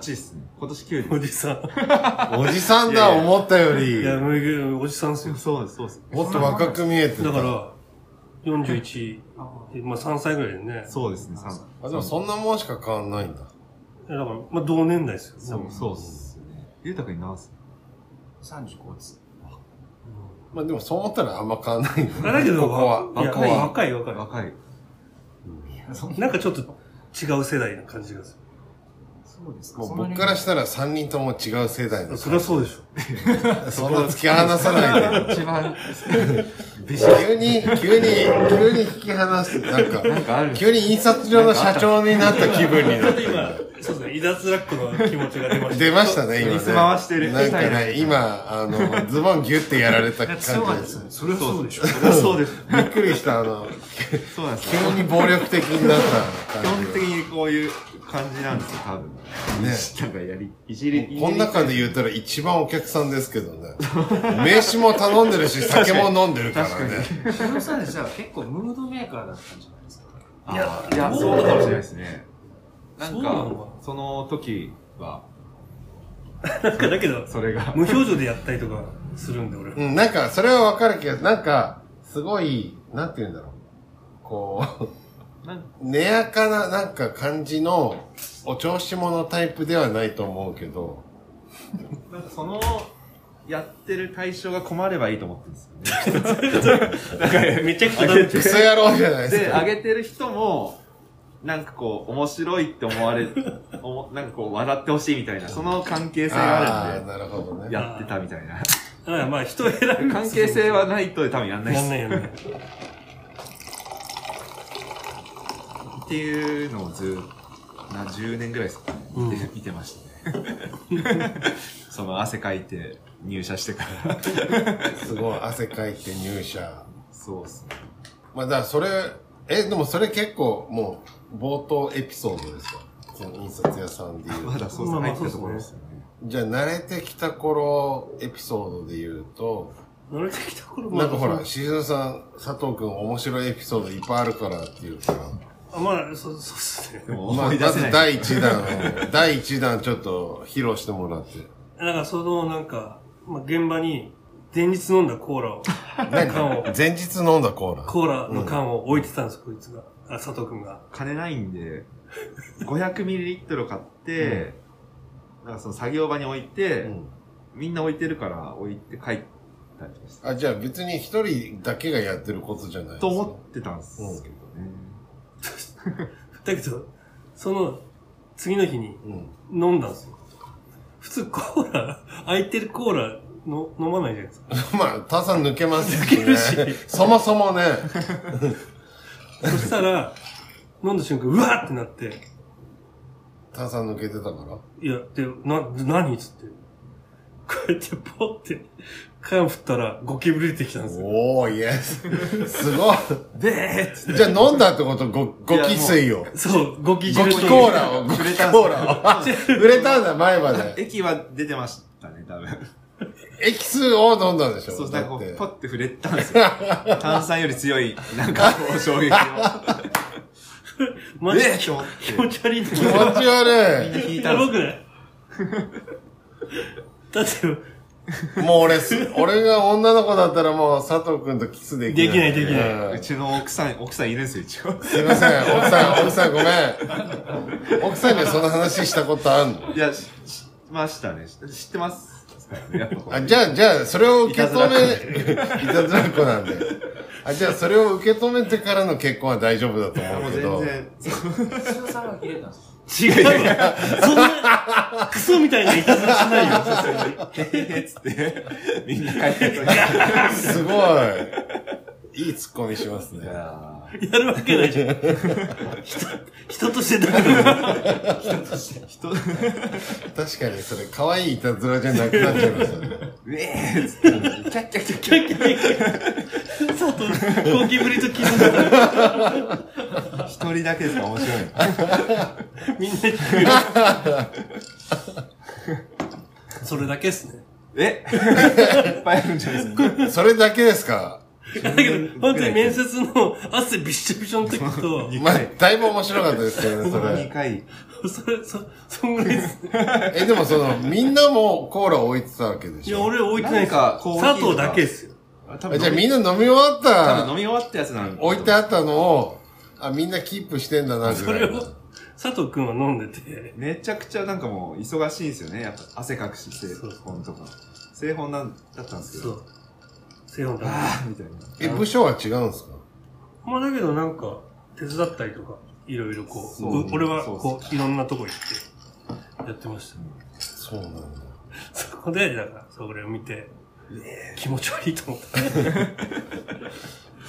ですね。今年9おじさん。おじさんだ、いやいや思ったよいり。や、むぐおじさんっすよです。。そうです、そうです。もっと若く見えてた。だから、41、あまあ3歳ぐらいだよね。そうですね、さんあ、でもそんなもんしか変わんないんだ。だから、まあ同年代ですよ。そう、そうっすよね。ゆうたくんに何す35です。まあでもそう思ったらあんま変わんないんあだけど、ここは。いやここは若い若若い。い。なんかちょっと違う世代な感じがすそうですか。もうそんなに僕からしたら3人とも違う世代る。の。そりゃそうでしょ。そんな突き放さないで。一番、べし急に、急に、急に引き離す。なんか、なんかある。急に印刷所の社長になった気分にちなょっっとてる。今、そうですね、イダスラックの気持ちが出ました。出ましたね、今ね。椅子回してるなんか痛ね、今、あの、ズボンギュってやられた感 じ強かったで。ですすね。それはそうでしょ。それはそうです。びっくりした、あの、そうなんです急よ。に暴力的になった基感本じ的にこういう感じなんですよ、多分。ねなんかやり、いじり、が。この中で言うたら一番お客さんですけどね。名刺も頼んでるし、酒も飲んでるから確かね。ヒロさんでしたら結構ムードメーカーだったんじゃないですか。いや、いや、そうかもしれないですね。なんそうなかの、その時は、なんかだけど、それが、無表情でやったりとかするんで、俺。うん、なんか、それはわかるけど、なんか、すごい、なんて言うんだろう。こう、なん寝やかな、なんか感じの、お調子者タイプではないと思うけど、なんかその、やってる対象が困ればいいと思ってるんですよね。めちゃくちゃダメクソ野郎じゃない ですで、か。上げてる人も、なんかこう、面白いって思われ、おもなんかこう、笑ってほしいみたいな、その関係性がああるーんなるほどね。で、やってたみたいな。だからまあ人選ぶ。関係性はないと多分やんないっやんすないやんない。っていうのをずな10年ぐらいですかね、うん見て見てましたね。 その汗かいて入社してから。すごい汗かいて入社。そうっすね。まあだからそれ、え、でもそれ結構もう冒頭エピソードですかその印刷屋さんで言 まう。だそうっすまあね。まあ入ってたところですよね。じゃあ慣れてきた頃エピソードで言うと、慣れてきた頃もなんかほら、しずるさん、佐藤くん面白いエピソードいっぱいあるからっていうから、あまあ、そう、そうっすね。でもまあ、思まい出せずない。第1弾を、 第1弾ちょっと披露してもらって。なんか、その、なんか、まあ、現場に、前日飲んだコーラを、 缶を何、前日飲んだコーラ。コーラの缶を置いてたんです、こいつが。あ、佐藤くんが。金ないんで、500ミリリットル買って、なんかその作業場に置いて、うんみんな置いてるから置いて帰ったりとかして。あ、じゃあ別に一人だけがやってることじゃないですとか思ってたんですけどね。だけど、その、次の日にうん。飲んだんですよ。普通コーラ、空いてるコーラの飲まないじゃないですか。まあ、炭酸抜けます抜けるしね。そもそもね、そしたら、飲んだ瞬間、うわーってなって、炭酸抜けてたから。いや、で、な、何っつって。こうやってポッて、缶振ったら、ゴキブリ出てきたんですよ。おー、イエス。すごい。でーっつって。じゃあ飲んだってことご、ご気水を。そう、ゴキご汁気とコーラを、ご気くれたんですコーラを。売れたんだ、前まで。駅は出てましたね、多分。エキスを飲んだんでしょそう、だなんかこっう、てポッて触れたんですよ。炭酸より強い、なんかこう、衝撃を。マジえでっ気と思っ持ち悪いんだけ気持ど。ち悪て。引いたやばんですくない だって、い。もう俺す、俺が女の子だったらもう佐藤くんとキスできない。できないできないうんうちの奥さん、奥さんいるんですよ、一応。 すいません、奥さん、奥さんごめん。奥さんにはその話したことあんのいや、ししましたね。し知ってます。やっぱこうあ、じゃあ、じゃあ、それを受け止いめ、いたずらっ子なんで。あ、じゃあ、それを受け止めてからの結婚は大丈夫だと思もううけ全ど。然、石田さんが切れたんです違うわそんな、クソみたいないたずらしないよ、さすがに。えっつって、みんな帰ってた。すごい。いいツッコミしますね。やるわけないじゃん。人、人としてだから。人、確かに、それ、可愛いいたずらじゃなくなっちゃいますよね。うえーっつって、キャッキャッキャッキャッ佐藤、ゴキブリとキスだから、一人だけですか面白いの。みんな聞くよ。それだけっすね。 えいっぱいあるんじゃないですか。それだけですかだけど、本当に面接の汗びっしょびしょの時と、まあ、だいぶ面白かったですけどね、そ2れ。回。それ、そ、そんぐらいですね。え、でもその、みんなもコーラを置いてたわけでいしや、ょ俺置いてないっすなんかコーヒーとか佐藤だけですよ。多あじゃあみんな、な飲み終わっ多分た、飲み終わったやつなん置いてあったのを、あ、みんなキープしてんだな、ぐそられいなを。、佐藤くんは飲んでて、めちゃくちゃなんかもう忙しいんですよね。やっぱ汗かくし、製本とか。製本なんだったんですけそど。う。セヨンだけ。ああみたいな。え、部署は違うんですかまあだけどなんか、手伝ったりとか、いろいろこう、そうう俺はそうこう、いろんなとこ行って、やってました。そうなんだ。そこで、だから、それを見て、気持ち悪いと思った。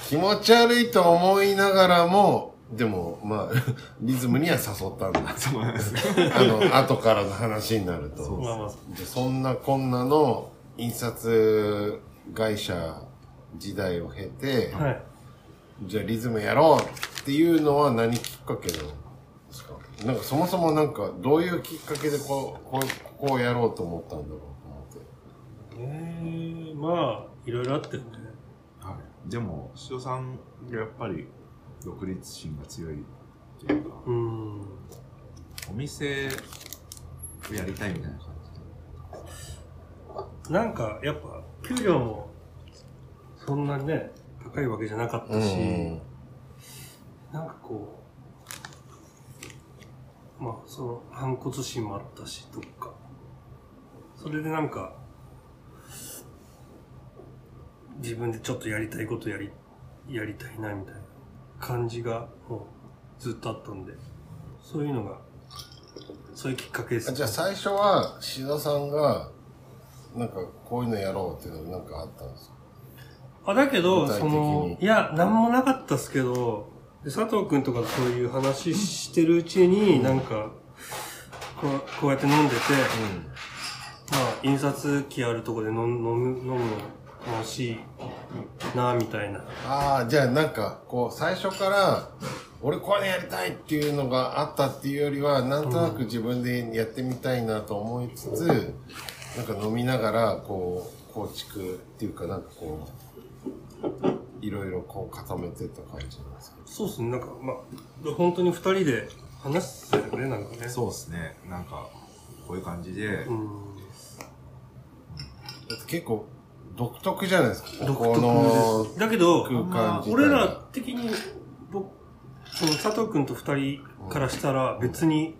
気持ち悪いと思いながらも、でも、まあ、 リズムには誘ったんだ。そうなんですよ。あの、 後からの話になるそうと。まあまあ、でそんなこんなの印刷会社時代を経て、はい。じゃあリズムやろうっていうのは何きっかけなんですかなんかそもそもなんかどういうきっかけでこう、こうここをやろうと思ったんだろうと思って。ええまあ、いろいろあってね。はい。でも、塩さんがやっぱり独立心が強いっていうか、うーん。お店をやりたいみたいな感じで。なんか、やっぱ、給料も、そんなにね、高いわけじゃなかったし、うんなんかこう、まあ、その、反骨心もあったし、どっか。それでなんか、自分でちょっとやりたいことやり、やりたいな、みたいな感じが、もう、ずっとあったんで、そういうのが、そういうきっかけです。あじゃあ最初は志田さんが、なんかこういうのやろうっていうのなんかあったんですかあ、だけど、具体的そにの、いや、なんもなかったっすけど、で佐藤くんとかとそういう話してるうちに、なんか、こうこうやって飲んでて、まあ、印刷機あるとこで飲む、飲む、飲むの楽しいな、みたいな。ああ、じゃあなんか、こう、最初から、俺こういうのやりたいっていうのがあったっていうよりは、なんとなく自分でやってみたいなと思いつつ、なんか飲みながら、こう、構築っていうか、なんかこう、いろいろこう固めてった感じなんですけど。そうですね、なんか、まあ、本当に二人で話してたよね、なんかね。そうですね。なんか、こういう感じでう。ん。だって結構独特じゃないですか、独ここ特のです。だけど、空間自体。俺ら的に、僕、その佐藤くんと二人からしたら別に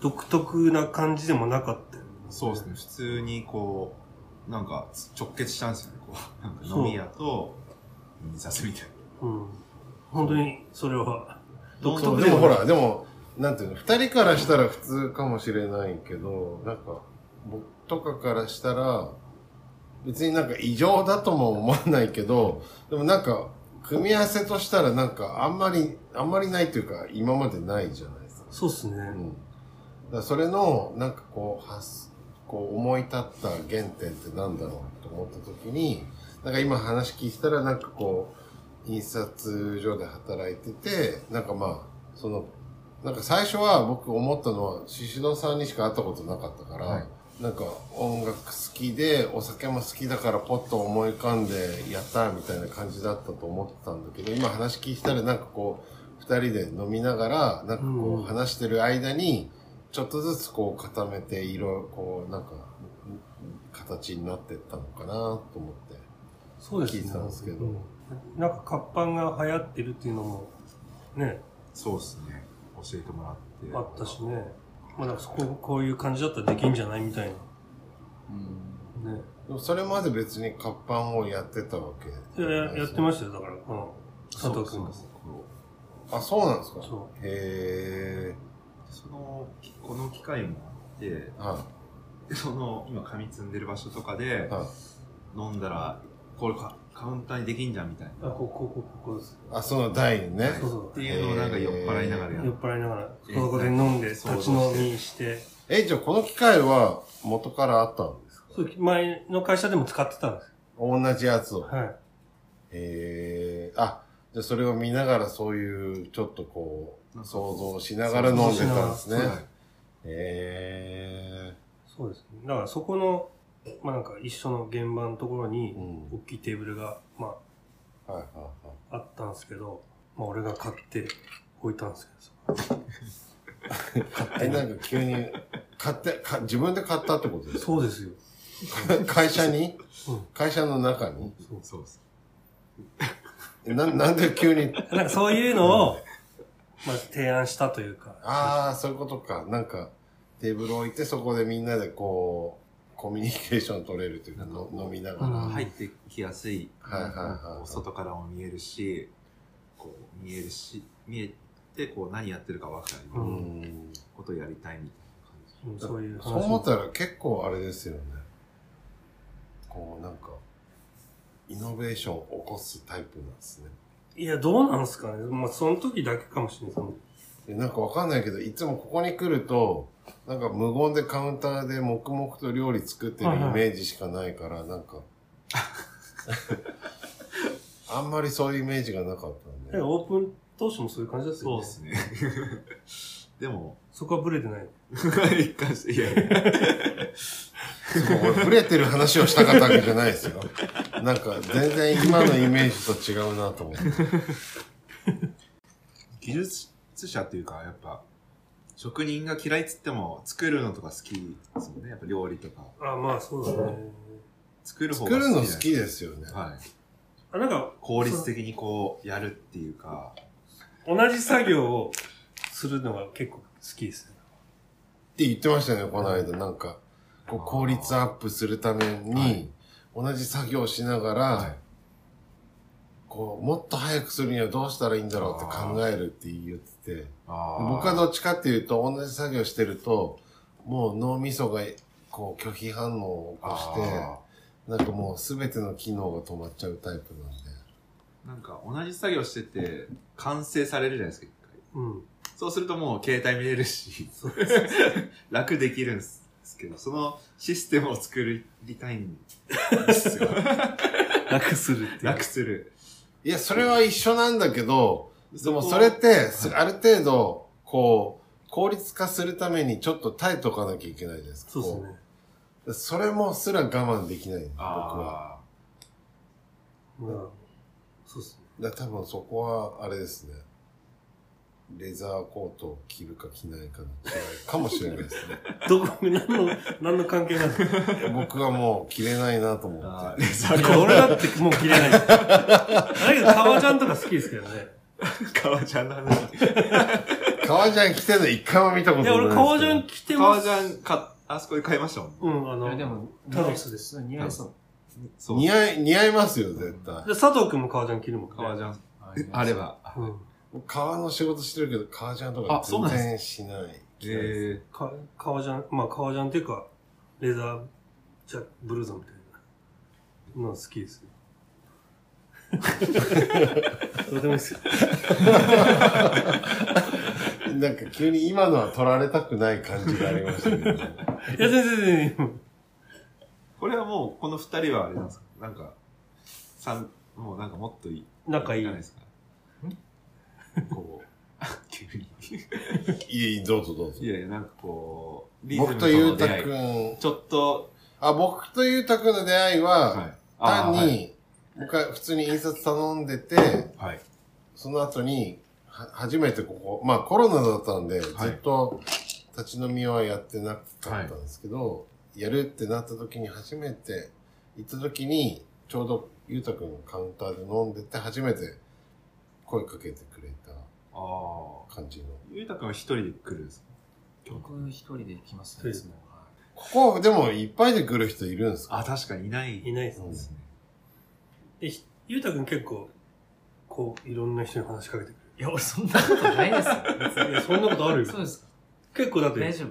独特な感じでもなかったよね。そうですね。普通にこう、なんか直結したんですよね。こう、なんか飲み屋と、印刷みたいな。うん。本当に、それは。独そう特でもほないら、でも、なんていうの、二人からしたら普通かもしれないけど、なんか、僕とかからしたら、別になんか異常だとも思わないけど、でもなんか、組み合わせとしたらなんかあんまり、あんまりないというか、今までないじゃないですか。そうっすね。うん。だからそれの、なんかこう、発、こう思い立った原点ってなんだろうと思った時に、なんか今話聞いたらなんかこう、印刷所で働いてて、なんかまあ、その、なんか最初は僕思ったのは、宍戸さんにしか会ったことなかったから、はいなんか音楽好きで、お酒も好きだからポッと思い浮かんでやったみたいな感じだったと思ってたんだけど、今話聞いたらなんかこう、二人で飲みながら、なんかうこんう話してる間に、ちょっとずつこう固めて、色、こうなんか、形になってったのかなと思って。そうですね。聞いてたんですけどうんなんか活版が流行ってるっていうのも、ね、そうですね。教えてもらって。あったしね。まあ、なんかそこ、こういう感じだったらできんじゃないみたいな。ね。でもそれまで別に活版をやってたわけいや、ややってまししたよ、だから、この、そ佐う藤くんが。そうた。あ、そうなんですかそへその、この機会もあって、ー。はでその、今、紙積んでる場所とかい。で、はい。飲んだら、これかカウンターにできんじゃんみたいな。あ、こう、こう、こう、こうです。あ、その台にね。そうそうっていうのをなんか酔っ払いながらや酔るっ。払いながら、そこで飲んで、え立ち飲みして、え、じゃあこの機械は元からあったんですかそう前の会社でも使ってたんです同じやつを。よ。はい。へえー、あ、じゃあそれを見ながらそういう、ちょっとこう、想像しながらそう飲んでたんですね想像しながら。へそうですね。だからそこの、まあなんか一緒の現場のところえにー。う、ん。大きいテーブルが、まはいはいはい。あ、あったんですけど、まあ俺が買って置いたんですけど、え、なんか急に、買って、か自分で買ったってことですそうですよ。か会社に、うん会社の中にそうです。えななんで急に、なんかそういうの を、まあ提案したというか、ああ、そういうことか。なんか、テーブル置いてそこでみんなでこう、コミュニケーション取れるというか、の飲みながら。うん入ってきやすい。はいはいはいはい外からも見えるし、こう、見えるし、見えて、こう、何やってるか分かうるんうんことをやりたいみたいな感じ。うんそういうそう思っ話。たら結構あれですよね。こうなんか、イノベーションを起こすタイプなんですね。いや、どうなんすかね。まあその時だけかもしれない。そのでなんかわかんないけど、いつもここに来ると、なんか無言でカウンターで黙々と料理作ってるイはいはいメージしかないから、な んか、あんまりそういうイメージがなかったんでで。オープン当初もそういう感じだったよそうね。ですね。 でも、そこはブレてない。一貫して、いやいや、すごい、俺ブレてる話をしたかったわけじゃないですよ。なんか全然今のイメージと違うなと思って。技術者っていうか、やっぱ、職人が嫌いっつっても、作るのとか好きですもんね。やっぱ料理とか。あ、まあそうだね。作る方作がる好きじゃなのい好きですよね。はい。あ、なんか、効率的にこう、やるっていうか、同じ作業をするのが結構好きですね。って言ってましたよね、この間。なんか、こう効率アップするために、同じ作業をしながら、はいこう、もっと早くするにはどうしたらいいんだろうって考えるって言ってて、あー僕はどっちかっていうと、同じ作業してると、もう脳みそが、こう、拒否反応を起こして、あなんかもうすべての機能が止まっちゃうタイプなんで。ーなんか同じ作業してて、完成されるじゃないですか、一うん。回。そうするともう携帯見れるし、楽できるんですけど、そのシステムを作りたいんです よ。楽するっていう。楽する。いや、それは一緒なんだけど、でもそれっこて、すある程度、こう、効率化するためにちょっと耐えとかなきゃいけないじゃないですか。そうですこね。だそれもすら我慢できない、僕は。あまあ、そうですね。だから多分そこは、あれですね。レザーコートを着るか着ないかの違いかもしれないですね。 どこ、何の、何の関係なの僕はもう着れないなと思っあて。レザーいコ や、俺ーだってもう着れない。だけど、革ジャンとか好きですけどね。ト、革ジャンの話。革ジャン着てるの一回も見たこといないや、です俺けど。革ジャン着てま革す。ジャンか、あそこで買いましたもんね。うん、あいの、やででもも、タロスです。似合いそう。そ似合い、似合いますよ、絶対。佐藤くんも革ジャン着るもんね。革ジャン。ああれば。うん。革の仕事してるけど、革ジャンとかあそう全なんです然しない。着ないですえか革ジャン、まあ革ジャンっていうか、レザー、じゃブルーザみたいな。の好きですよ。どうでもいいですよ。なんか急に今のは取られたくない感じがありましたけど、ね、いや、全然全然。ー、これはもう、この二人はあれなんですかなんか、三、もうなんかもっといい。仲いいじゃないですか。こう、 急に。いい、どうぞどうぞい。やいや、なんかこう、僕とゆのう出た会いくん、ちょっと、あ、僕とゆうたくんの出会いは、い。あ単ーに、、僕は普通に印刷頼んでて、はい。はいその後に、は初めてここ、まあコロナだったんで、ずっと立ち飲みはやってなかったんですけど、やるってなった時に初めて行った時に、ちょうどゆうたくんのカウンターで飲んでて、初めて声かけてくれたああ。感じの。ゆうたくんは一人で来るんですか僕一人で行きますね、いつも。ここ、でもいっぱいで来る人いるんですかあ、確かにいないいでないですね。すね。で、ひゆうたくん結構、こう、いろんな人に話しかけてくいや、俺そんなことないですよ。る。いや、そんなことあ るよそう。ですか。結構だって、大丈夫。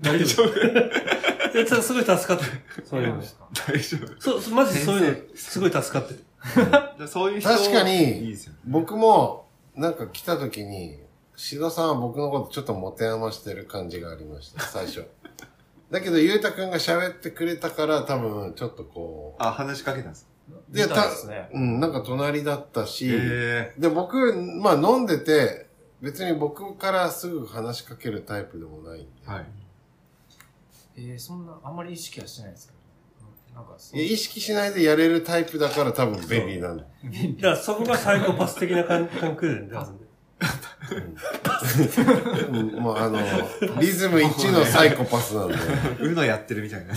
大丈夫夫。いやすごい助かってる。そういうの。か大丈夫そう、そうマジそういうの、すごい助かってる。じゃあそういう人確かいいに、ですよね。僕もなんか来た時に、シドさんは僕のことちょっと持て余してる感じがありました、最初。 だけど、ゆうたくんが喋ってくれたから、多分、ちょっとこあ、話しかけたんですかいや出たんですね。う、うん、なんか隣だったし、えで、僕、まあ飲んでて、別に僕からすぐ話しかけるタイプでもないんで。えはい。えー、そんな、あんまり意識はしてないですけど。なんか、そういや意識しないでやれるタイプだから多分ベビーなんだ。だからそこがサイコパス的な感感覚で、多分ね。うん、もうあの、リズム1のサイコパスなんで。 うのやってるみたいな。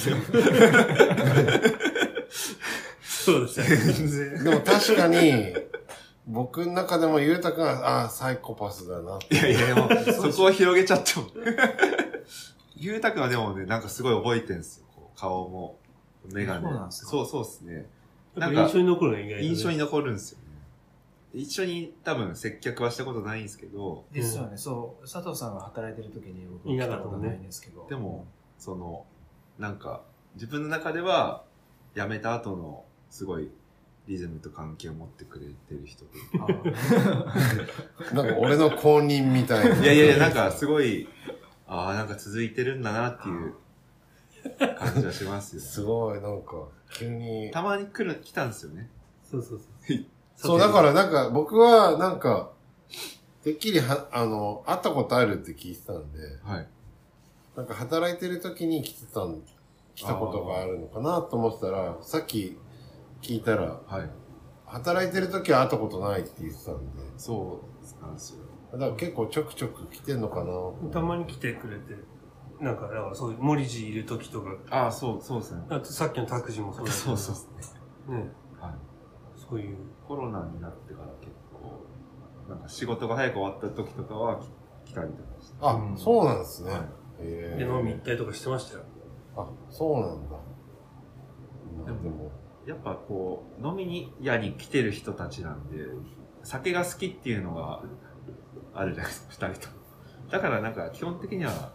そうですね。 全然。でも確かに、僕の中でもゆうたくんは、ああ、サイコパスだなって。いやいや、も う、そこを広げちゃっても。 ゆうたくんはでもね、なんかすごい覚えてんすよ。こう顔も、メガネ。そうなんですかそうそうですね。やなっんぱか印象に残るね、意外とね印象に残るんですよね。一緒に多分接客はしたことないんですけど、ですよね、そう。佐藤さんが働いてる時に僕来いなかたったこもとんねないんですけど。でも、その、なんか、自分の中では、辞めた後の、すごい、リズムと関係を持ってくれてる人と いうかあー、なんか俺の公認みたいな。いやいやいや、なんかすごい、ああ、なんか続いてるんだなっていう感じはします よ、すごい、なんか、急に。たまに来る、来たんですよね。そうそうそう。。そう、だかららなんか、僕は、なんか、てっきりは、あの、会ったことあるって聞いてたんで、はい。なんか働いてる時に来てたん、来たことがあるのかなと思ってたら、さっき聞いたら、はい。働いてる時は会ったことないって言ってたんで、そうなんですよ。だから結構ちょくちょく来てんのかなたまに来てくれて、なんか、だからそういう、森地いる時とか、ああ、そう、そうですね。あとさっきの拓司もそうだけどそうそうですね。ね。はい。そういう。コロナになってから結構、なんか仕事が早く終わった時とかは来来たりとかして。あ、うんそうなんですね。はいへーで、飲み行ったりとかしてましたよ。あ、そうなんだ。まあでもやっぱこう、飲みに屋に来てる人たちなんで、酒が好きっていうのがあるじゃないですか、二人とも。だからなんか基本的には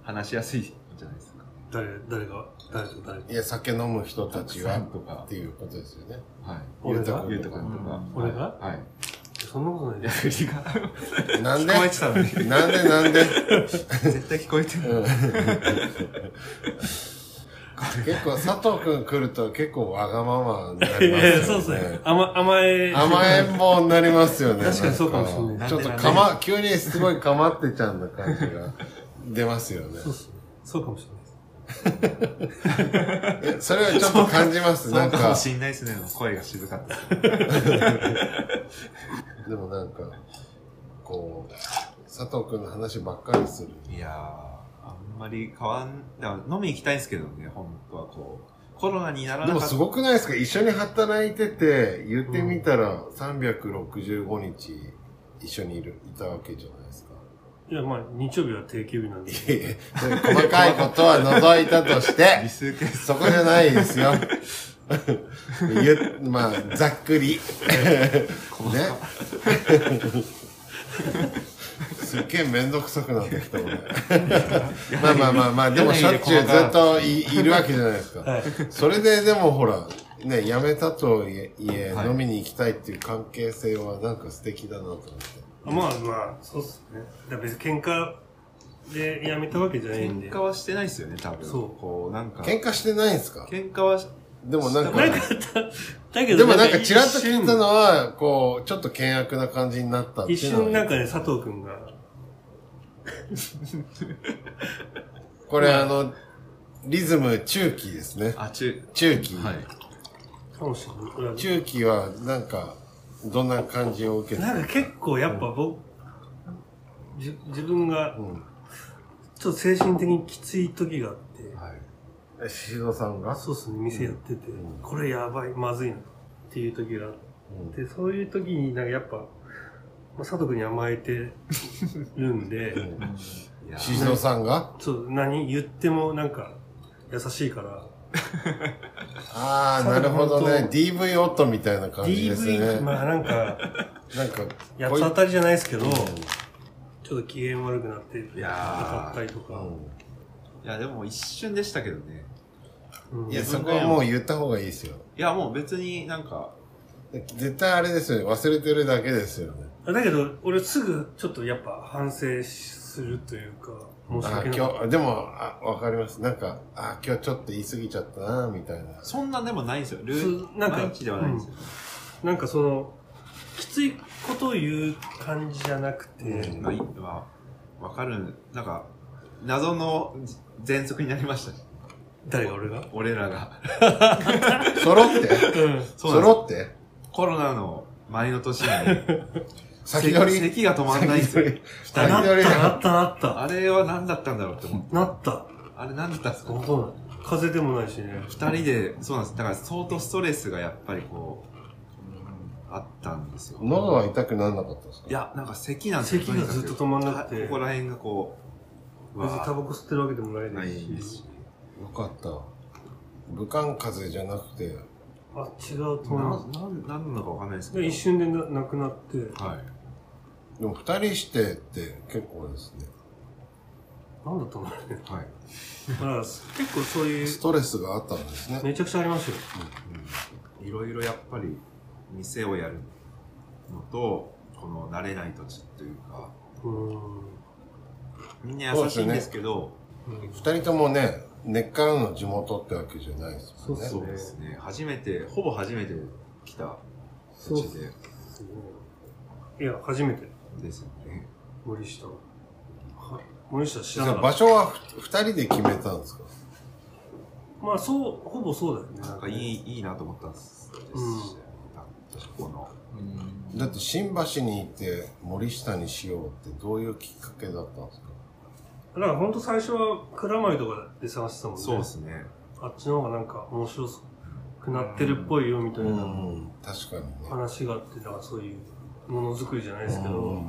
話しやすいんじゃないですか。誰、誰が、誰と誰とい。や、酒飲む人たちは奥さんとかって、いうことですよね。はい。俺がゆうとくんとか。俺がはい。 そんなことないいね。や、振りが、なんで聞こえてたのに。なんでなんで、絶対聞こえてる。うん結構佐藤くん来ると結構わがままになりますよね。え そうですね。甘、甘え。甘えん坊になりますよね。確かにそうかもしれないんかちょっとかま、急にすごいかまってちゃんな感じが出ますよね。そうっすね。そうかもしれないです。えそれはちょっと感じます。そなうんかもか、しんないですね。声が静かったです。でもなんか、こう、佐藤くんの話ばっかりする。いやー、あんまり変わん、だから飲み行きたいんですけどね、本当はこう。コロナにならでなもかっすた。ごくないですか一緒に働いてて、言ってみたら365日一緒にいる、いたわけじゃないですか。いや、まあ、日曜日は定休日なんで。いえ細かいことは除いたとし理て、数系そこじゃないです よ。ゆまあ、ざっくり。ね。 すっげえめんどくさくなってきた俺。まあまあまあまあ、でもしょっちゅうずっといいるわけじゃないですか。はい。それででもほら、ね、辞めたとはいえ、いえはい飲みに行きたいっていう関係性はなんか素敵だなと思って。あまあまあ、そうっすね。だから別に喧嘩でやめたわけじゃないん喧で。嘩はしてないですよね、多分。そうこう、なんか。喧嘩してないんですか喧嘩はし、でもなんかな、んか、だけでど、もなんかちらっと一瞬聞いたのは、こう、ちょっと険悪な感じになったって一いうのは瞬なんかね、佐藤くんが、これあの、リズム中期ですね。あ、中、中期。はい。かもしれない。中期はなんか、どんな感じを受けてなんか結構やっぱ僕、じ自分がうん。ちょっと精神的にきつい時があって、はい。え、シドさんがそうっすね、店やってて、うんこれやばい、まずいなっていう時があっうんて、そういう時になんかやっぱ、まあ、佐藤くんに甘えてるんで、 いやーシドさんがそう、何言ってもなんか優しいから、ああ、なるほどね。DV 夫みたいな感じですね。 DV、まあなんか、なんか、八こつい当たりじゃないですけど、うんちょっと機嫌悪くなって、い当たやーったりとか。いや、でも一瞬でしたけどね。うんいや、そこはもう言った方がいいですよ。いや、もう別になんか、絶対あれですよね。忘れてるだけですよね。だけど、俺すぐちょっとやっぱ反省するというか、申しあ訳な今い。日、でも、あ、わかります。なんか、あ、今日ちょっと言い過ぎちゃったな、みたいな。そんなでもないんですよ。ルーそうなんか毎日ではないんですよ。なんかその、きついことを言う感じじゃなくて、うんまあいまあ、わかる、なんか、謎の喘息になりました。誰が俺が俺らが。うん。揃ってなんですよ揃ってコロナの前の年に、 先取り咳が止まんないんですよ。な先取っりた、なった、なった。あれは何だったんだろうっ て思って。なった。あれ何だったんですか本当だ。風邪でもないしね。二人で、そうなんです。だから相当ストレスがやっぱりこう、あったんですよ。喉は痛くならなかったですかいや、なんか咳なんです咳がずっと止まんなくてここら辺がこう、別にタバコ吸ってるわけでもなないいんでですすしし。。よかった。武漢風邪じゃなくて、あ、違うとな思いまなん、なんなのかわかんないですす。けど。で一瞬でななくなって、はい。でも二人してって結構ですね。なんだったんだろうね。はい。だから結構そういう、ストレスがあったんですね。めちゃくちゃありますよ。いろいろやっぱり店をやるのとこの慣れない土地というかうーん。みんな優しいんですけどうん二人ともね、根っからの地元ってわけじゃないですもんね。そうそうですね初めてほぼ初めて来た土地ですごいいや、初めて、ですよね森下は。はい森下知そられなか場った。所は二人で決めたんですかまあ、そう、ほぼそうだよね。なんかいいいいなと思ったんですうんそこのだって新橋にいて森下にしようってどういうきっかけだったんですかだから本当最初は蔵前とかで探してたもんね。そうですねあっちの方がなんか面白くなってるっぽいよみたいなうん、確かにね。話があって、だからそういうものづくりじゃないですけど、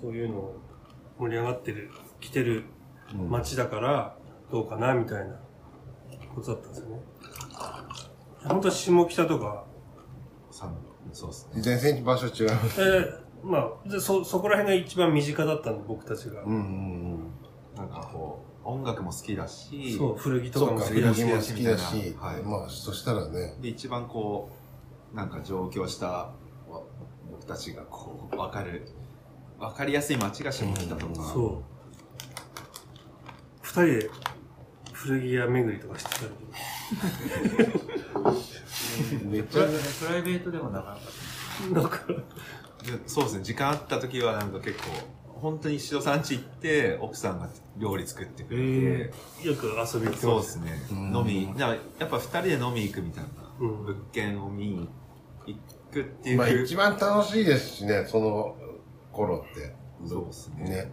そういうの盛り上がってる、来てるうん街だからどうかなみたいなことだったんですよね。本当は下北とか、さんそうですね全然場所違う。えーまあでそ、そこら辺が一番身近だったんで、僕たちが。うんうんうん。なんかこう音楽も好きだしそう、古着とそかうもか、好古き着だもし。好きだし、はいまあ、そしたらね、で一番こうなんか上京したわ僕たちがこう分かる分かりやすい街が下北とか、うんそう。二人で古着屋巡りとかしてたり。めっプちゃライ、プライベートでもなかなかなんか、でそうですね時間あった時はなんか結構本当にシドさん家行って、奥さんが料理作ってくれて、えよく遊びに来てそうま。ですすね。うん飲み、だからやっぱ二人で飲み行くみたいな、うん物件を見に行くっていう。まあ一番楽しいですしね、その頃って。そうですねね。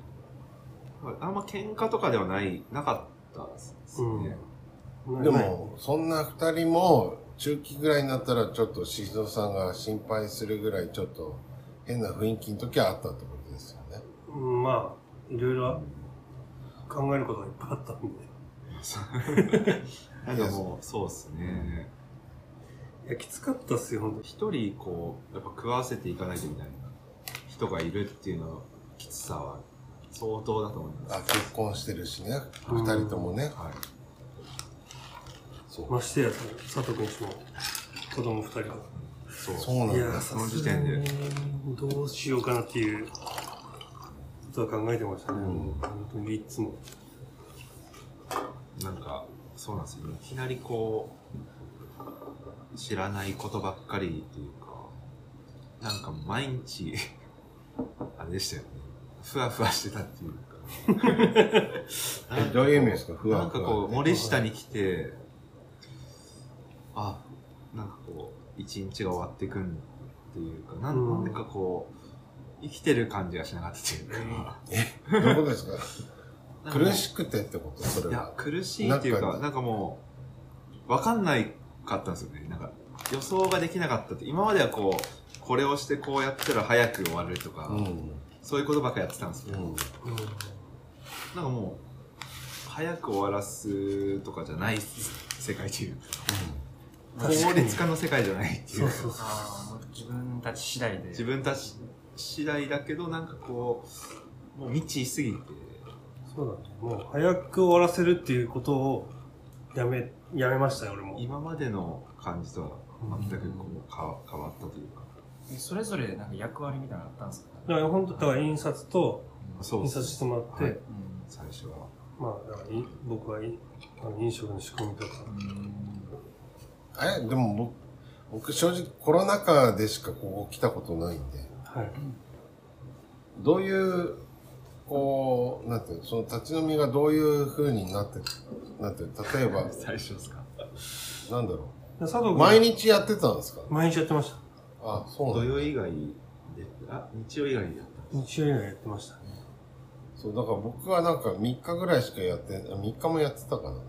あんま喧嘩とかではない、なかったですね。うんでも、そんな二人も、中期ぐらいになったらちょっと静雄さんが心配するぐらいちょっと変な雰囲気の時はあったってことですよね。うん、まあ、いろいろ考えることがいっぱいあったんで。 なんかもう、そうですね。いや、きつかったっすよ、本一人こう、やっぱ食わせていかないとみたいな人がいるっていうのきつさは相当だと思います。あ、結婚してるしね。うん二人ともね。はい。そ当ましてや、佐藤君ちも子供二人が。そう。そうなんいや、だ。さその時すが点でにどうしようかなっていうことは考えてましたね。もう本当にいつも。なんか、そうなんですよ。いきなりこう、知らないことばっかりというか、なんか毎日、 あれでしたよね。ふわふわしてたっていうか えどういう意味ですかふわふわなんかこう、森下に来て、あ、なんかこう、一日が終わってくんっていうか、なうんんなんかこう、生きてる感じがしなかったっていうか。どういうことですかなんか苦しくてってことそいれやは、。苦しいっていうか、ななんんかかもう、わかんないかったんですよね。なんか、予想ができなかったって、今まではこう、これをしてこうやったら早く終わるとか、うん。そういうことばっかやってたんですけうど、ん。なんかもう、早く終わらすとかじゃない世界っていう、効確かに率化の世界じゃないっていそうう。そうそう。ああ、もう自分たち次第で。自分たち次第だけど、なんかこう、もう未知しすぎて、そうだね。もう早く終わらせるっていうことをやめ、やめましたよ、俺も。今までの感じとは全くこう、か変わったというか。えそれぞれなんか役割みたいなのあったんですかだから本当、だから印刷とそうで印す刷してもらって、はいうん最初は。まあ、だからい僕はいあの飲食の仕込みとか。え、でも僕、僕正直コロナ禍でしかここ来たことないんで、はい。どういう、こう、なんていうの、その立ち飲みがどういう風になって、なんていうの、例えば、最初ですかなんだろで佐藤う。君、毎日やってたんですか毎日やってました。あ、そうな土んだ。曜以外で、あ、日曜以外でやっ日曜以外やってましたね。そう、だから僕はなんか3日ぐらいしかやって、あ3日もやってたかな。で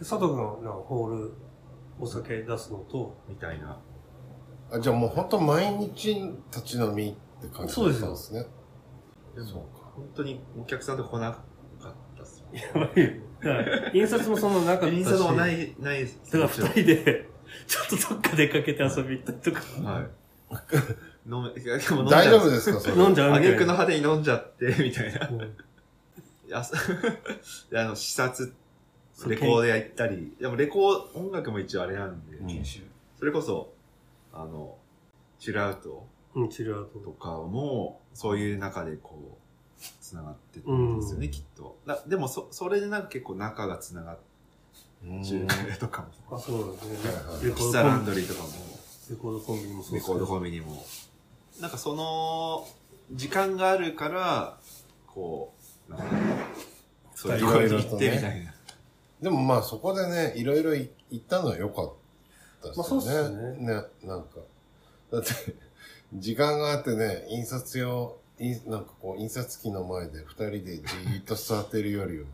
佐藤君がなんかホール、お酒出すのと、 たみたいな。あ、じゃあもう本当毎日立ち飲みって感じだったんですね。でも、本当にお客さんと来なかったっすよ。やばいよ。だから、印刷もそんななかったし。。印刷もないい、ないです。だからもちろ二人で、ちょっとどっか出かけて遊び行ったりとか。んはい。飲め、い やでも飲んじゃ大丈夫す。ですかそれ。飲んじゃうみあたげいくのな。果てに飲んじゃって、みたいな。うんあそ であの、視察、そうレコード屋行ったり。でも、レコー、音楽も一応あれなんで、うん研修。それこそ、あの、チルアウトうん、治療と。とかも、そういう中でこう、つながってったんですよね、きっと。だでもそ、それでなんか結構仲がつながっうん中華屋とかあ、も、そうなんですねはいは。いレコキーサドコランンビドリーとかも、レコードコンビニもそうレですけコーどドコンビニも。なんかその、時間があるから、こう、なんかそういうところに行ってみたいな。でもまあそこでね、いろいろい行ったのは良かったですよまあね。そうっすねね、なんか。だって、時間があってね、印刷用、印なんかこう、印刷機の前で二人でじーっと座ってるよりは。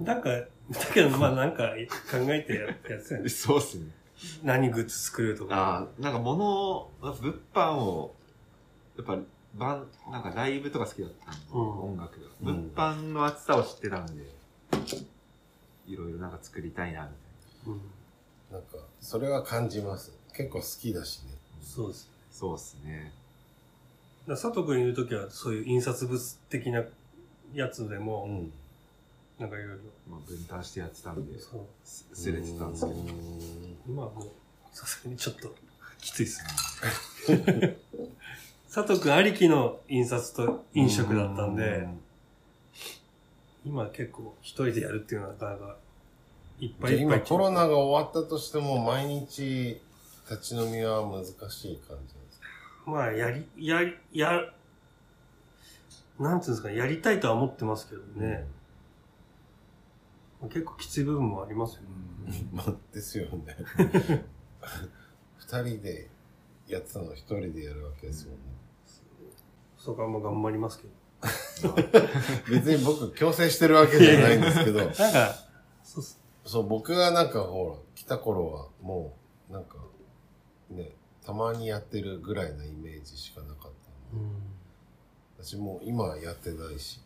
なんか、だけど、まあなんか考えてやってやってたようんねそうっすね。何グッズ作るとか。ああ、なんか物を、物販を、やっぱ、バン、なんかライブとか好きだったんで、うん音楽が。う物ん販の厚さを知ってたんで、いろいろなんか作りたいな、みたいな。うんなんか、それは感じます。結構好きだしね。そうです。そうっすね。だから佐藤君いるときは、そういう印刷物的なやつでうも、ん。なんかいろいまあ分担してやってたんでろ。、そう。すすれてたんですけどう。ん今はもう、さすがにちょっと、 きついっすね。 佐藤くんありきの印刷と飲食だったんで、今結構一人でやるっていうのはなかなか、いっぱいじゃあいっぱ今い。コロナが終わったとしても、毎日立ち飲みは難しい感じなんですかまあ、やり、やり、や、なんていうんですか、やりたいとは思ってますけどね。結構きつい部分もありますよね。 まあ、ですよね。二人でやってたのを一人でやるわけですもんね。そこはもう頑張りますけど。別に僕強制してるわけじゃないんですけど、なんか、そうっす。そう、僕がなんかほら、来た頃はもう、なんか、ね、たまにやってるぐらいなイメージしかなかったうんで。私もう今はやってないし。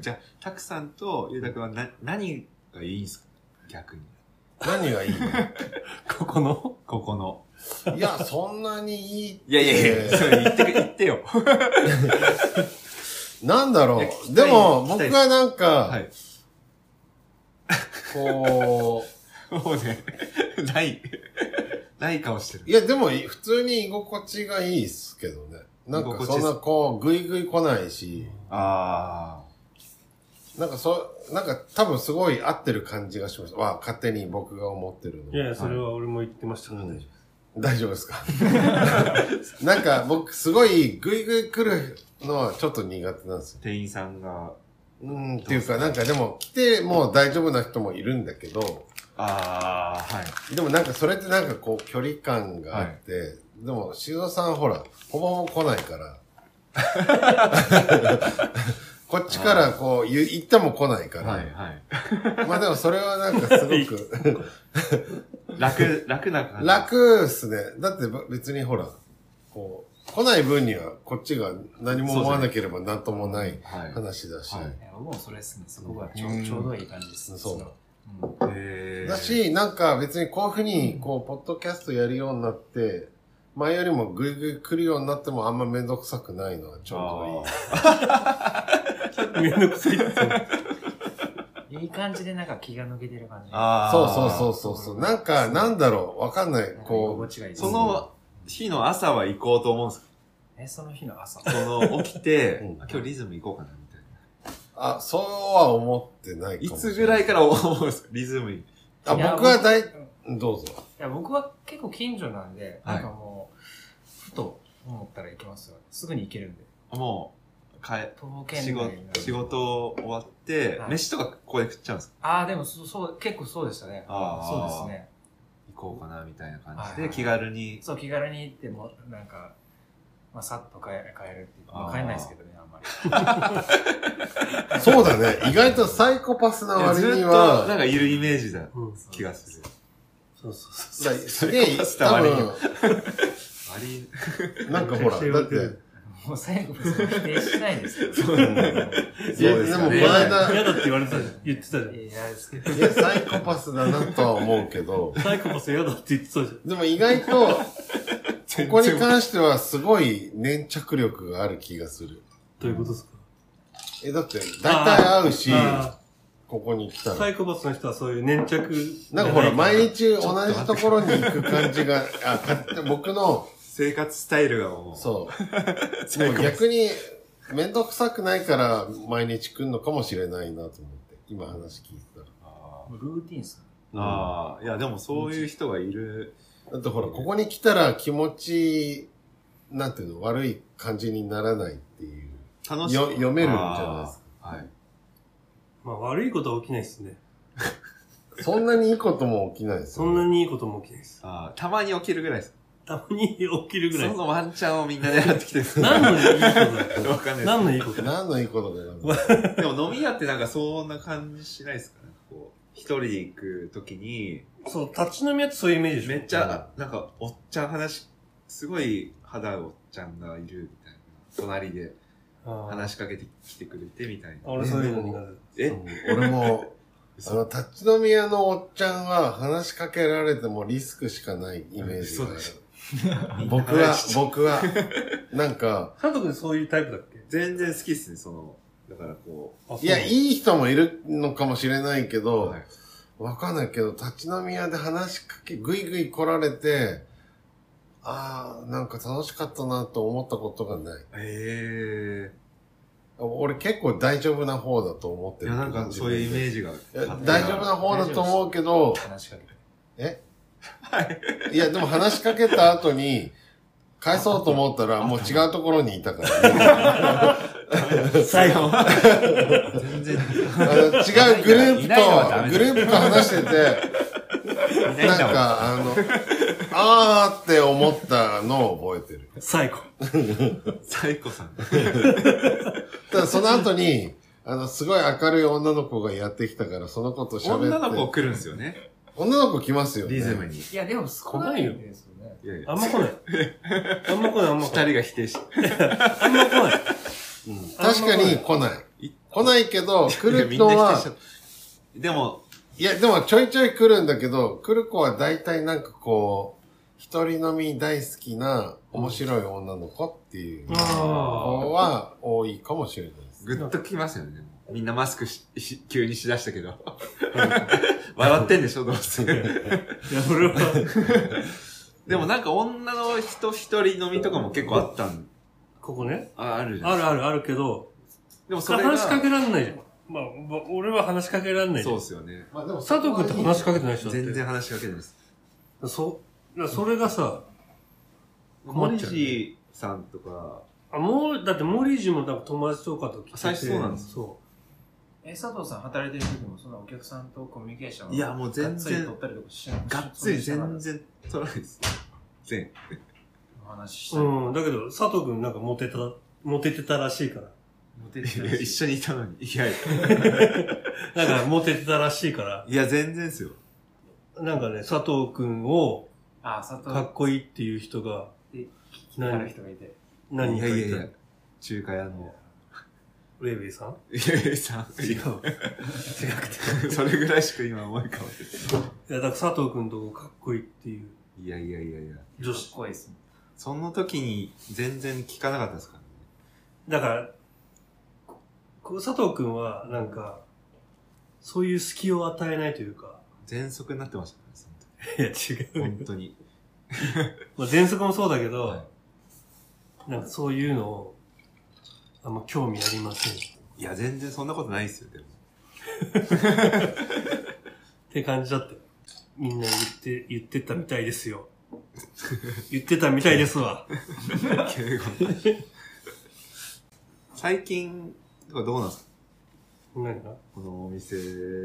じゃあ、たくさんとゆうたくんはな、何がいいんですか逆に。何がいいのここのここの。 いや、そんなにいいって。いやいやいや、それ言ってく、言ってよ。なんだろいや聞きたう。いでも、聞きた僕いはなんはか、い。こもうね、ない、ない顔してう、る。いや、でも、普通に居心地がいいっすけどね。なん居か、心地そんな、こう、ぐいぐい来ないし、あなんか、そう、なんか、多分すごい合ってる感じがしました。わ、勝手に僕が思ってるの。いやいや、それは俺も言ってましたから、うん大丈大丈夫ですか なんか、僕、すごい、ぐいぐい来るのはちょっと苦手なんですよあ。。店員さんが、うん、っていうか、なんか、でも、来て、もう大丈夫な人もいるんだけど、ああ、はい。でもなんかそれってなんかこう距離感があって、でも修造さんほら、ほぼほぼ来ない から。こっちからこう言う言っても来ないから。はい、はい。まあでもそれはなんかすごく 楽、楽な感じ。楽っすね。だってば別にほら、こう、来ない分にはこっちが何も思わなければなんともないはい。話だし。はいいやもうそれですね、そこがちょうんちょうどいい感じです。そううん。へーだ、し、なんか別にこういうふうに、こう、ポッドキャストやるようになって、前よりもぐいぐい来るようになってもあんまめんどくさくないのはちょうどいい。夫。めんどくさいって。いい感じでなんか気が抜けてる感じ。ああ。そうそうそうそうそう。なんか、なんだろう、わかんないなん。か居こ心地がいいですその日の朝は行こうと思うんですえ、その日の朝。けど、その、起きて、うん今日リズム行こうかな、みたいな。う、あ、そうは思ってないかいもしれつなぐらいから思うんですかリズムに。あ、いや僕は大僕、どうぞ。いや、僕は結構近所なんで、はいなんかもう、ふと思ったら行きますよ。すぐに行けるんで。もう、帰、徒歩圏内仕事なん、で仕事終わって、はい飯とかここで食っちゃうんですかああ、でもそそう、結構そうでしたね。あーそうですね。行こうかな、みたいな感じはで、い気軽に。そう、気軽に行っても、なんか、まあ、さっと帰帰るっていうか、まあーあ、帰んないですけどね、あんまり。そうだね。意外とサイコパスないや割ずっにと、なんは、かいるイメージだ、うん。気がする。そうそうそう。だすげえ、サイコパスな多割に分、あり、なん かほら、だって、もう最後、否定しないですけど。うなんだいや、でもこの間、嫌だって言われてたじゃん。言ってたじゃん。いや、ですけど。いや、サイコパスだなとは思うけど、サイコパス嫌だって言ってたじゃん。でも意外 と、ここに関してはすごい粘着力がある気がする。どういうことですかえ、だって、大体会うし、あここに来たーらサ。イコパスの人はそういう粘着なんかほら、毎日。日同じところに行く感じが、 あ、か僕の、生活スタイルがも う、そう。でも逆に、めんどくさくないから、毎日来るのかもしれないなと思って、今話聞いてたら。あもうルーティンっすーね。あー、いや、でもそういう人がいる。だってほら、ここに来たら気持ち、なんていうの、悪い感じにならないっていう。楽しよ読めるんじゃないですか。はい。まあ悪いことは起きないですね。そんなにいいことも起きないですそよ、んなにいいことも起きないです。あーたまに起きるぐらいです。たまに起きるぐらいそです。のワンチャンをみんな狙ってきてる。何のいいことだよ。 わかんない何のいいことだよ。何のいいことだよ。 です。でも飲み屋ってなんかそんな感じしないですかね。こう、一人で行くときに、そう、立ち飲み屋ってそういうイメージでしょめっちゃ、なんか、おっちゃん話、すごい肌おっちゃんがいるみたいな。隣であー話しかけてきてくれてみたいな。俺そういうの苦えうん俺も、あの、立ち飲み屋のおっちゃんは話しかけられてもリスクしかないイメージがあそうるで。す僕は、僕は、なんか、手。佐藤君そういうタイプだっけ全然好きっすね、その、だからこあそういや、いい人もいるのかもしれないけう、どは、いわかんないけど、立ち飲み屋で話しかけ、ぐいぐい来られて、ああ、なんか楽しかったなと思ったことがない。え俺結構大丈夫な方だと思っえている。や、なんかそういうイメージが。いや大丈夫な方だと思うけど、話しかけて。いや、でも話しかけた後に、返そうと思ったら、もう違うところにいたから、最後。全然、いあの違うグループいないのはと、ダメだグループと話してて、ないんなんだもん。か、あの、あーって思ったのを覚えてる。最後。サイコさん。ただその後に、あの、すごい明るい女の子がやってきたから、その子と喋って。女の子来るんですよね。女の子来ますよね。リズムに。いいや、でも少ない来ないよですよね。やいやあんま来ない。あんま来ない、あんま二来ない。人が否定し、あんま来ない。うん確かに来ない。来ないけど、来るみんなの否定しはちゃっ、でも、いや、でもちょいちょい来るんだけど、来る子は大体なんかこう、一人飲み大好きな面白い女の子っていうあ子は多いかもしれないです。ぐっときますよね。みんなマスクし、し急にしだしたけ ど。笑ってんでしょ、どうせ。 あ。いや、俺は、でもなんか女の人一人飲みとかも結構あったん、ここね。ああるじゃん。あるあるあるけど、でもそれが、話しかけらんないじゃん。まあ、まあ俺は話しかけらんないじゃそうんで。すよね。まあでも佐藤君って話しかけてない人だって。全然話しかけないです。そ、だからそれがさ、困っ森ちゃうね地さんとか、あ、もう、だってモリージもなんか友達とかと来てて最初そうなんですそえ、佐藤さん働いてる時もそんなお客さんとコミュニケーションいやもうがっ全然つり取ったりとかしないがっつりそんな全し然取らないです。全。なかったお話ししう。たりうん。だけど、佐藤君なんかモテた、モテてたらしいから。モテてたり一緒にいたのに。いやいなんかモテてたらしいから。や、いや全然ですよ。なんかね、佐藤君をあ、佐藤かっこいいっていう人あがる人がいて。何い人やかいいた。やいや、中華屋の、ウェイウェイさんいやいやさん。違う。違くて。それぐらいしか今思い浮かばないいや、だから佐藤君とこかっこいいっていういやいやいやいや。女かっ子。こいいですね。その時に全然聞かなかったですからね。だから、ここ佐藤君はなんか、そういう隙を与えないというか。喘息になってましたからね、そのいや、違時。本当に。まあ、喘息もそうだけど、はなんかそういうのを、あんま興味ありません。っ いや、全然そんなことないですよ、でも。 て感じだって、みんな言って、言ってたみたいです よ。言ってたみたいですわ。敬語最近、どうなんですか何がこのお店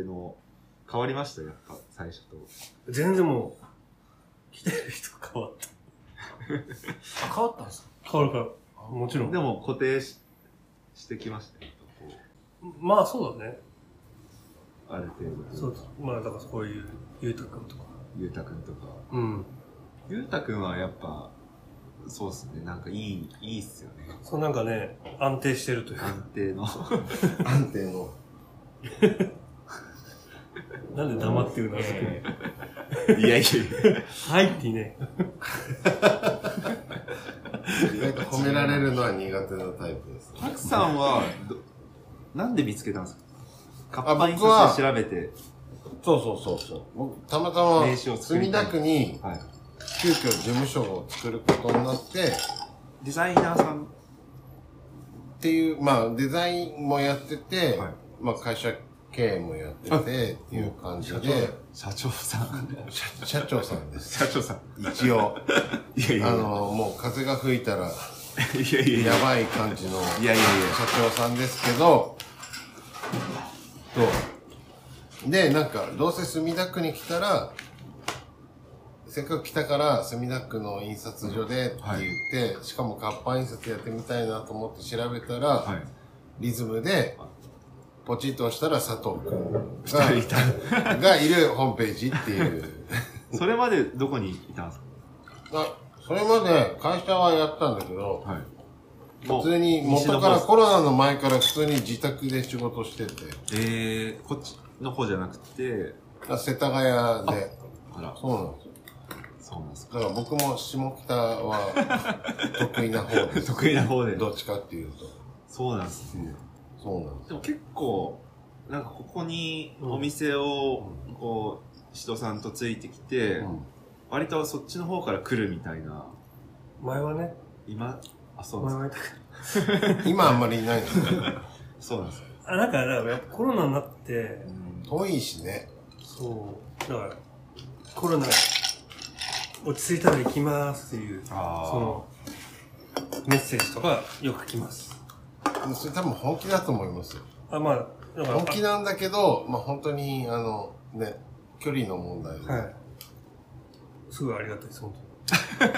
の、変わりましたやっぱ、最初と。全然もう、来てる人変わった。あ、変わったんですか変わるから、もちろん。でも、固定ししてきましたよ、こまあそうだね。う、ある程度。そうだ。まあだからこういう、ゆうたくんとか。ゆうたくんとか。うん。ゆうたくんはやっぱ、そうっすね、なんかいい、いいっすよね。そうなんかね、安定してるというか。安定 の。安定の。なんで黙ってうなずくのいやいやいや。はいって言いね。意外と褒められるのは苦手なタイプです。パクさんは、どなんで見つけたんですかカあッパ印僕は刷で調べて。そうそうそうそう。僕、たまた名ま、刺を作り墨たい田区に、はい。急遽事務所を作ることになって、デザイナーさん。っていう、まあ、デザインもやってて、はいまあ、会社経営もやってて、っていう感じで、社長さん。社社長さんです。社長さん。一応、いやいあやいや。の、もう風が吹いたら、いやいやいや。やばい感じの社いやいやいや。長さんですけど、と、で、なんか、どうせ墨田区に来たら、せっかく来たから、墨田区の印刷所でって言って、しかも活版印刷やってみたいなと思って調べたら、はい。リズムで、ポチッと押したら佐藤二人いくた。んががいるホームページって いう。それまでどこにいたんですあそれまで会社はやったんだけどか、はい。普通に元からコロナの前から普通に自宅で仕事してて、えー、こっちの方じゃなくて、世田谷で、あら、そうなんですよ。そうなん ですか。だから僕も下北は得意な方です。 得意な方で。どっちかっていうと。そうなんですね。そうなんです。でも結構、なんかここにお店を、こう、人さんとついてきて、うん割とそっちの方から来るみたいな、前はね、今、あ、そう前なんでは痛く今あんまりいないんですよ。すそうなんですあ、なんか、だからやっぱコロナになって、遠いしね。そう。だから、コロナ、落ち着いたら行きますっていう、そあの、メッセージとかよく来ます。あ、もうそれ多分本気だと思いますよ。あ、まあ、だから本気なんだけど、まあ本当に、あの、ね、距離の問題で。あはい。すごいありがたいです、本当に。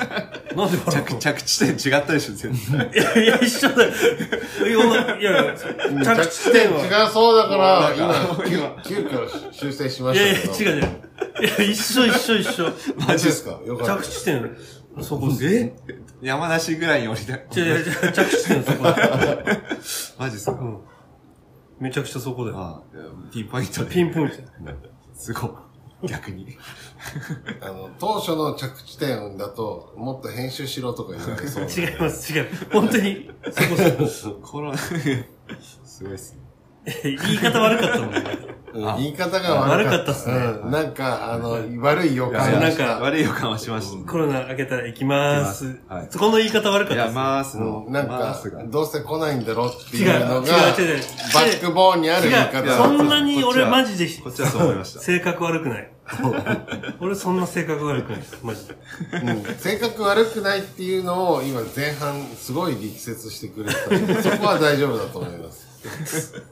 なんで笑う着の着地点違ったでしょ、全然。いやいや、一緒だよ。いやいや、うん着地点は。違うそうだから、なんか今、急急遽修正しまいやいや、したけど。違う違う。いや、一緒一緒一緒。マジですかよかった着です。地点、そこです。え山梨ぐらいに降りた。違 う違う違う、着地点そこだ。マジっすか、うん。めちゃくちゃそこだよ。ああピンポイントで。ピンポイント。すごい。逆に。あの、当初の着地点だと、もっと編集しろとか言われそう な。違います、違う。本当に、そこそ こ。この、すごいっすね。言い方悪かったもんね。うん言い方が悪か悪かった。ったっすねうんなんか、あの、悪い予い感やがなんした。か悪い予感はしました、コロナ明けたら行きまーす行き。ますはいそこの言い方悪かったいや、です。まーすの。うんなんまーかすが、どうせ来ないんだろって違いうう、違う、違のが、う、違う。バックボーンにある言い方違う、やそんなに俺こっちはマジで、こっちはそう思いました性格悪くない。俺そんな性格悪くないです、マジで。うん性格悪くないっていうのを今前半すごい力説してくれてたの で、そこは大丈夫だと思います。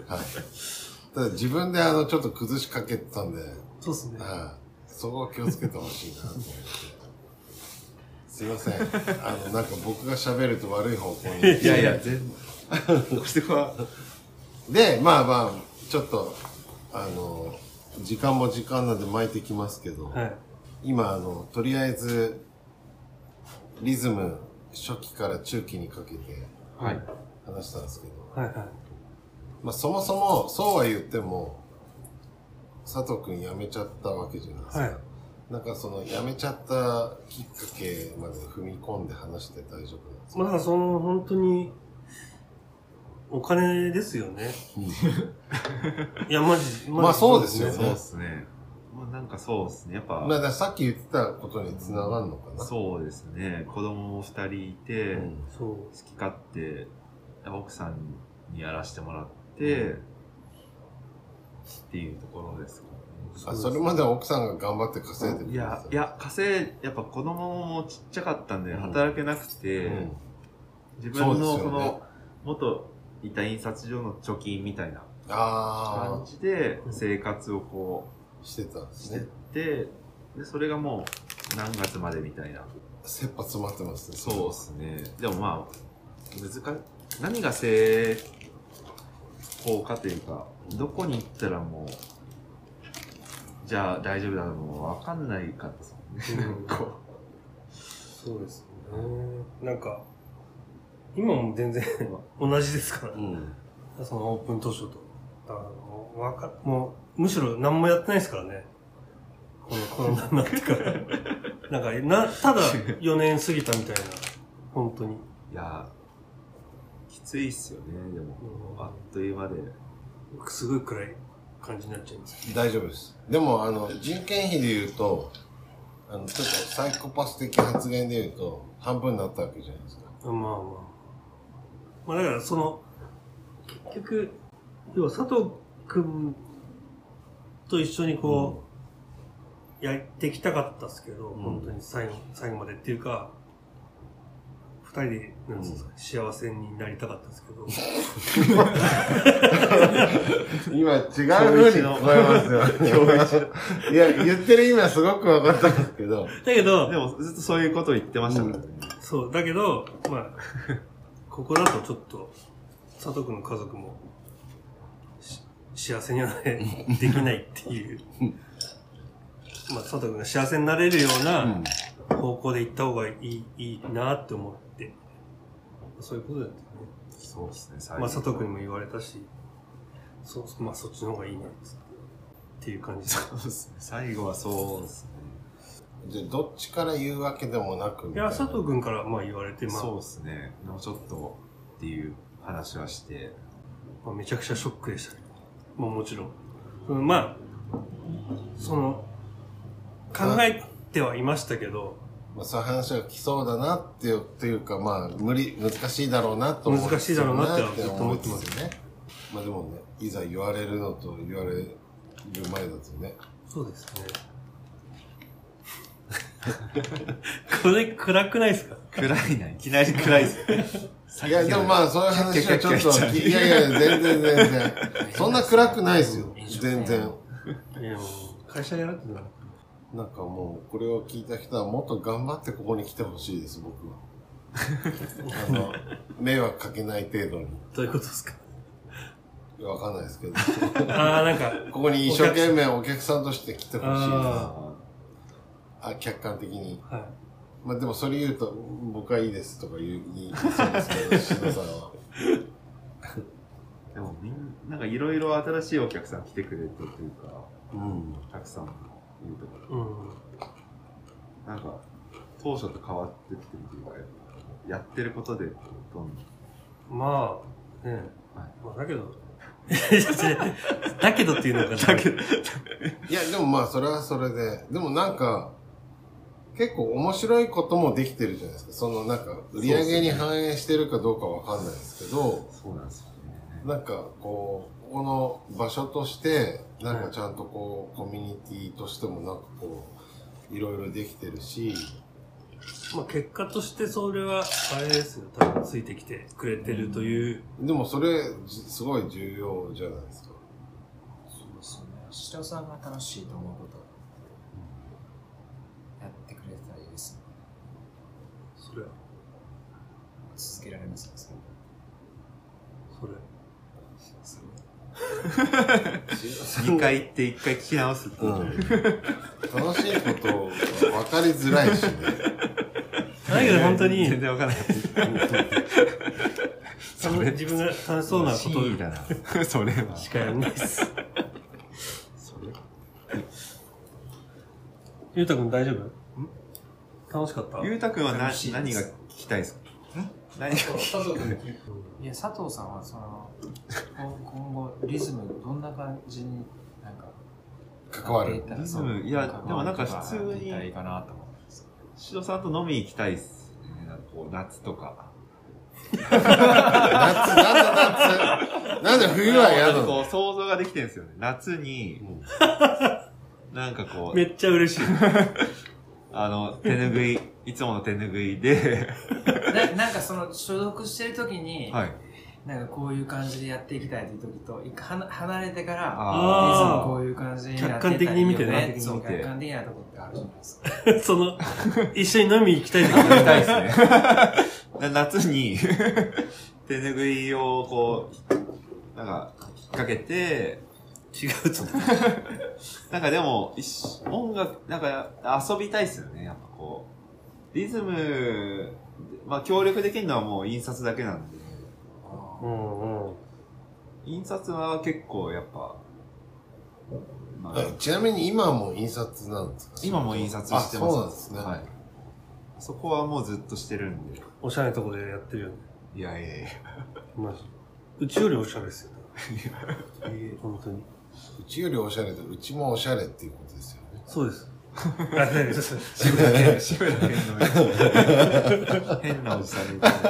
はい。ただ自分であの、ちょっと崩しかけてたんで、そうっすね。はい。そこは気をつけてほしいなと思って。すいません。あの、なんか僕が喋ると悪い方向に。いやいや、全部。こしては、で、まあまあ、ちょっと、あの、時間も時間なんで巻いてきますけど、はい。今、あの、とりあえず、リズム、初期から中期にかけてはい。話したんですけど、はいはい。まあそもそも、そうは言っても、佐藤くん辞めちゃったわけじゃないですか。はいなんかその辞めちゃったきっかけまで踏み込んで話して大丈夫なんですか、まあだからその、本当に、お金ですよね。いや、マジ、まあそうですよねそうっすね。まあなんかそうっすね。やっぱ、まあだからさっき言ってたことにつながるのかな。そうですね。子供も二人いて、うんそ好き勝手奥さんにやらしてもらって、っていうところですかねあそれまでは奥さんが頑張って稼いでくれいてやた、いや、稼い、やっぱ子供もちっちゃかったんで、うん働けなくて、うん自分そうのですそよねの、元いた印刷所の貯金みたいなあ感あ、じで、生活をこしてたんでう、しすてっね。て、で、それがもう、何月までみたいな。切羽詰まってますね。そうですね。でもまあ、難し、何が成功かというか、どこに行ったらもう、じゃあ大丈夫だろうもわかんないかったですもんね。う。うんこそうですね。なんか、今も全然同じですからう。ん。そのオープン当初と。だからもう、わか、もう、むしろ何もやってないですからね。このコロナになって から。なんか、な、ただ4年過ぎたみたいな。本当に。ういやー、きついっすよね、でも。あっとい う間で。すごい暗い感じになっちゃいます。大丈夫です。でも、あの、人件費で言うと、あの、ちょっとサイコパス的発言で言うと、半分になったわけじゃないですか。まあまあ。まあだから、その、結局、要は佐藤くんと一緒にこう、やってきたかったっすけど、ん本当に最後、最後までっていうか、二人で、なんつうんですか、幸せになりたかったですけど、今、違う風に聞こえますよ。いや、言ってる意味はすごく分かったんですけど、だけどで、もずっとそういうことを言ってましたからね。そう、だけど、まあ、 ここだとちょっと、佐藤くんの家族も、し幸せにはなれできないっていう。まあ、佐藤くんが幸せになれるよううなん方向で行った方がいい、いいなって思って。そういうことだったよね。そうですね、最まあ、佐藤くんにも言われたし、そう、まあ、そっちの方がいいなっつって、っていう感じだ。そうですね、最後はそうですね。じゃあどっちから言うわけでもなくみいたなや、佐藤くんからまあ言われて、まあ、そうですね。もうちょっとっていう話はして。まあ、めちゃくちゃショックでしたね。まあもちろん。そのまあ、その、考えてはいましたけど、まあ、そういう話が来そうだなっていう、っていうか、まあ、無理、難しいだろうなと思難しいだろうなってはずっと思ってますよね。まあでもね、いざ言われるのと言われる前だとね、そうですね。 これ暗くないですか暗いな、いきなり暗いっ す。いや、でもまあ、そういう話はちょっと、いやいや、全然全 然。そんな暗くないですよ。全然。いや、もう、会社やるってな。なんかもう、これを聞いた人はもっと頑張ってここに来てほしいです、僕は。あの、迷惑かけない程度に。どういうことですかいやわかんないですけど。ああ、なんか、ここに一生懸命お客さんとして来てほしいな。ああ、客観的に。あ、はい。まあでもそれ言うと、僕はいいですとか言う、言いそうですけど、志田さんは。でもみんな、なんかいろいろ新しいお客さん来てくれてるというか、うん。たくさんいるとか、うん。なんか当初と変わってきてるというか、やってることでどんどんまあ、ねはいまあ、だけど、 いや違うだけどっていうのかな。だけど。いや、でもまあ、それはそれで。でもなんか、結構面白いこともできてるじゃないですか。そのなんか、売り上げに反映してるかどうかわかんないですけど、そうなんですよね。なんかこう、ここの場所として、なんかちゃんとこう、コミュニティとしてもなんかこう、いろいろできてるし、まあ、結果としてそれは、あれですよ。多分ついてきてくれてるという。でもそれ、じすごい重要じゃないですか。そうですよね。下尾さんが楽しいと思うこと、やってくれたらいいですね。それは、続けられますね、それそれ。そう2回行って1回聞き直すっていうう。ん。楽しいこと分かりづらいしね。 だけど本当に、全然わからない。あんまり自分が楽しそうなこ真意だな。それはと。しかやんないです。それゆうたくん大丈夫楽しかったゆうたくんはな楽しいで何がす聞きたいですか何がいや、佐藤さんは、その、今今後、リズム、どんな感じに、なんか、関わる。リズムいやでもなんか普通にいいかなと思うんですシドさんと飲み行きたいっすね。なんかこう、夏とか。夏、なんで夏なんで冬は嫌ななんかのこう、想像ができてるんですよね。夏に、なんかこめう、っちゃ嬉しい。あの、手ぬぐい、いつもの手ぬぐいで、ななんかその所属してる時に、はい。なんかこういう感じでやっていきたいという時と一回はな離れてからいつああーもこういう感じにやって客観的に見てねそう客観的に見て客観的なとこってあるじゃないですかその、一緒に飲み行きたい時あ、行きたいですね。な 夏に、手ぬぐいをこう、なんか、引っ掛けて、違うと思う。なんかでも、一緒音楽、なんか遊びたいっすよね、やっぱこう。リズム、まあ協力できるのはもう印刷だけなんで、うんうん。印刷は結構やっぱ、まあえちなみに今はもう印刷なんですか今も印刷してます。あそうなんですねはい。そこはもうずっとしてるんで。おしゃれなとこでやってるよね。いやいやいや。マジ。うちよりおしゃれですよ。本当に。うちよりおしゃれで、うちもおしゃれっていうことですよね。そうです。あそうです志村けん、志村けんの変なおじさんみたい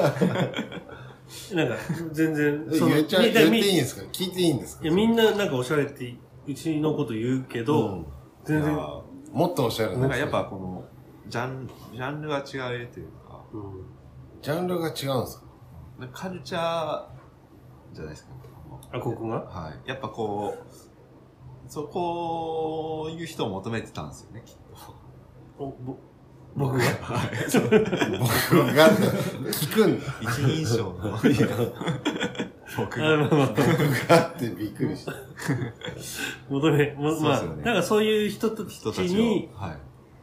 な。なんか、全然、えその言っちゃう、みんな言ってみいいんですか聞いていいんですかいやみんななんかおしゃれって、うちのこと言うけど、うん全然、もっとおしゃれなんでかすやっぱこの、ジャン、ジャンルが違うというか、うんジャンルが違うんですかなんかカルチャーじゃないですか。あ、ここがはい。やっぱこう、そこういう人を求めてたんですよね、きっおぼ僕がと。はい。そう僕が、聞くんだ一人称の。僕あまあまあってびっくり した。求め、ままあ、そうですよねなんかそういう人たち人たちにを、はい。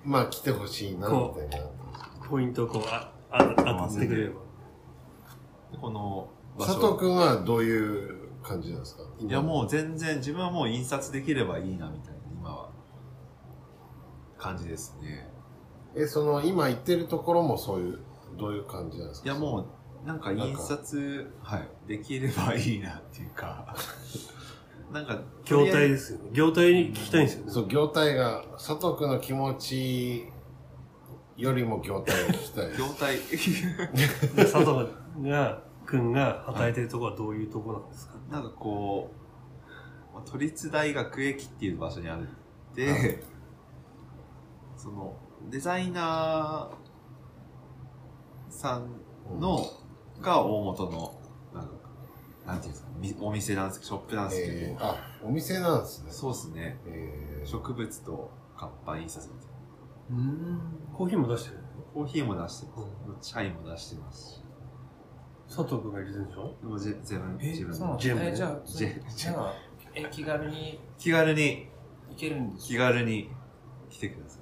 まあ来てほしいな、みこうたいな。ポイントをこう、あ、あ、当ててくれれば。でこの場佐所藤くんはどういう感じなんですかいやもう全然自分はもう印刷できればいいなみたいな今は感じですねう。え、その、今行ってるところもそういう、どういう感じなんですかいやもうなんか印刷はいできればいいなっていう かなんか業態ですよね。業態に聞きたいんですよね。そう、業態が、佐藤くんの気持ちよりも業態を聞き たい。業態で佐藤が、くんが働いてるとこはどういうとこなんですかなんかこうまあ都立大学駅っていう場所にあるってそのデザイナーさんの、が大元の、なんかなんていうんですかみ、お店なんですけど、ショップなんですけど、えー、あ、お店なんですね。そうですね。えー、植物と活版印刷みたいな。うん。コーヒーも出してる。コーヒーも出してます。チャイも出してますし。佐藤くんが入れてるでしょでもぜ全部、え自分そうなののジェムえじゃあ、ジェムじゃあ、え、気軽に気軽に、行けるんです気か軽に来てくださ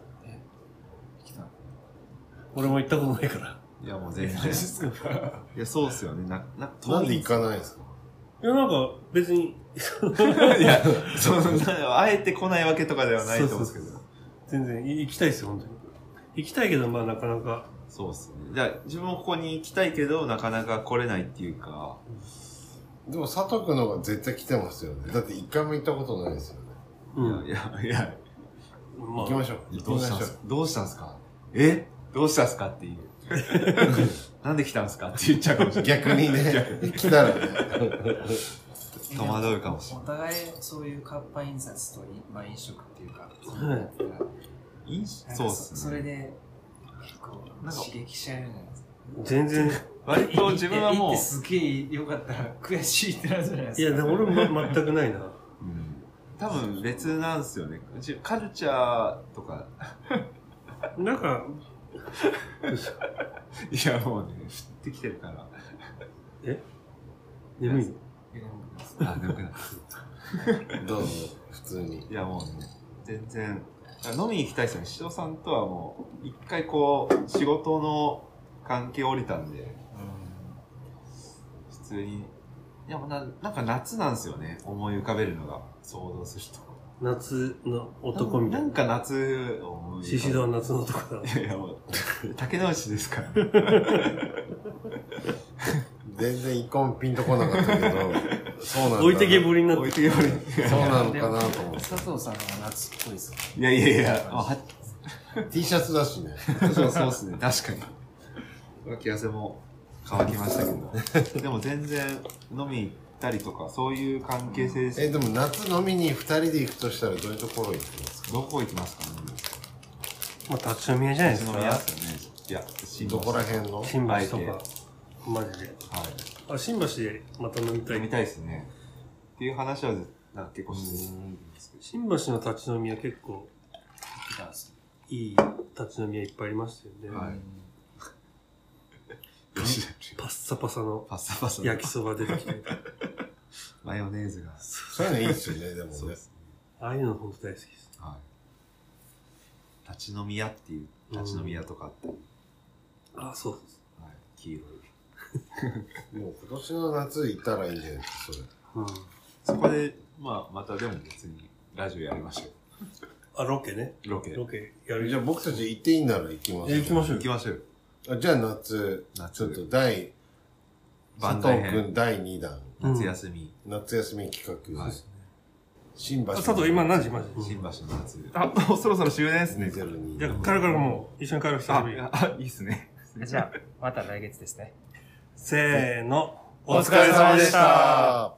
来た俺も行ったことないから。い。いや、もう全 然。かいや、そうっすよね。な、な、な遠んでい行かないんですかいや、なんか別にいや、その、なあえて来ないわけとかではないと思うんですけどそう。全然い行きたいですよ、本当に。行きたいけど、まあなかなか。そうっすね。じゃあ、自分もここに行きたいけど、なかなか来れないっていうか、でも佐藤くんの方が絶対来てますよね。だって一回も行ったことないですよね。うい。や、いや、ま行きましょう。行きどうまししたんょすかどうしたんすかえどうしたんすかっていう。なんで来たんすかって言っちゃうかもしう。れない。逆にね、来たらね。戸惑うかもしれお互いそういう活版印刷とい、まあ、飲食っていうか、はいない。いいなんかそうっすそれね。で、こう、なんか刺激しちゃえるんじゃないですか。全然。割と自分はもえ行っうて、すげえ良かったら悔しいってなるじゃないで すいや、か。でも俺も、ま、全くないな。うん多分別なんですよね。うちカルチャーとか、 なんか、いやもうね、降ってきてるから。眠いのあ、眠くなったどうぞ、普通に。いやもうね、全然、飲みに行きたいですよね。シドさんとはもう、一回こう、仕事の関係降りたんで、普通に、いやもうな、なんか夏なんですよね。思い浮かべるのが、想像すると。夏の男みたいなな。んか夏を思い浮かべる獅子堂の夏の男だ。いやいやもう、 竹直内ですから。全然一個もピンとこなかったけど、そうなんだな。置いてけぼりになっ置いて。てけぼり。そうなのかなと思っ佐藤さんの方が夏っぽいですね。いやいやいや、あはて。T シャツだしね。そうそうっすね、確かに。脇汗も乾きましたけど。でも全然飲み行ったりとか、そういう関係性です、え、でも夏飲みに二人で行くとしたらどういうところ行きますかどこ行きますかねまあ、立ち飲み屋じゃないです立ち飲み屋っか。すよね。いや、新どこら辺の新あえ橋とてか。マジで。はい。あ、新橋でまた飲みた飲みい。たいですね。っていう話は、なんか結構してるんですけど。新橋の立ち飲み屋結構ギターですいい立ち飲み屋いっぱいありましたよね。はい パッサパサのパッサパサ。焼きそば出てき て。マヨネーズが。そういうのいいですよね、でもそうねで。すね。ああいうの本当大好きです。はい。立ち飲み屋っていう、立ち飲み屋とかあって、あ、そうです。はい、黄色い。もう今年の夏行ったらいいんじゃないですか、それ。うん。そこで、まあ、またでも別にラジオやりましょあ、ロケね。う。ロケ。ロケやるじゃあ僕たち行っていいなら行きます。え行きましょ行きましょうよ。あじゃあ夏、夏ちょっと第、番佐外藤く編。ん第2弾、うん夏休み。夏休み企画、はい新橋。あ佐藤、今何時マジで新橋の夏。あ、もうそろそろ終電ですね。 2020じゃあ、軽々もう一緒に帰ろう、久しぶり。あ、あいいっすね。じゃあ、また来月ですね。せーの。お疲れ様でした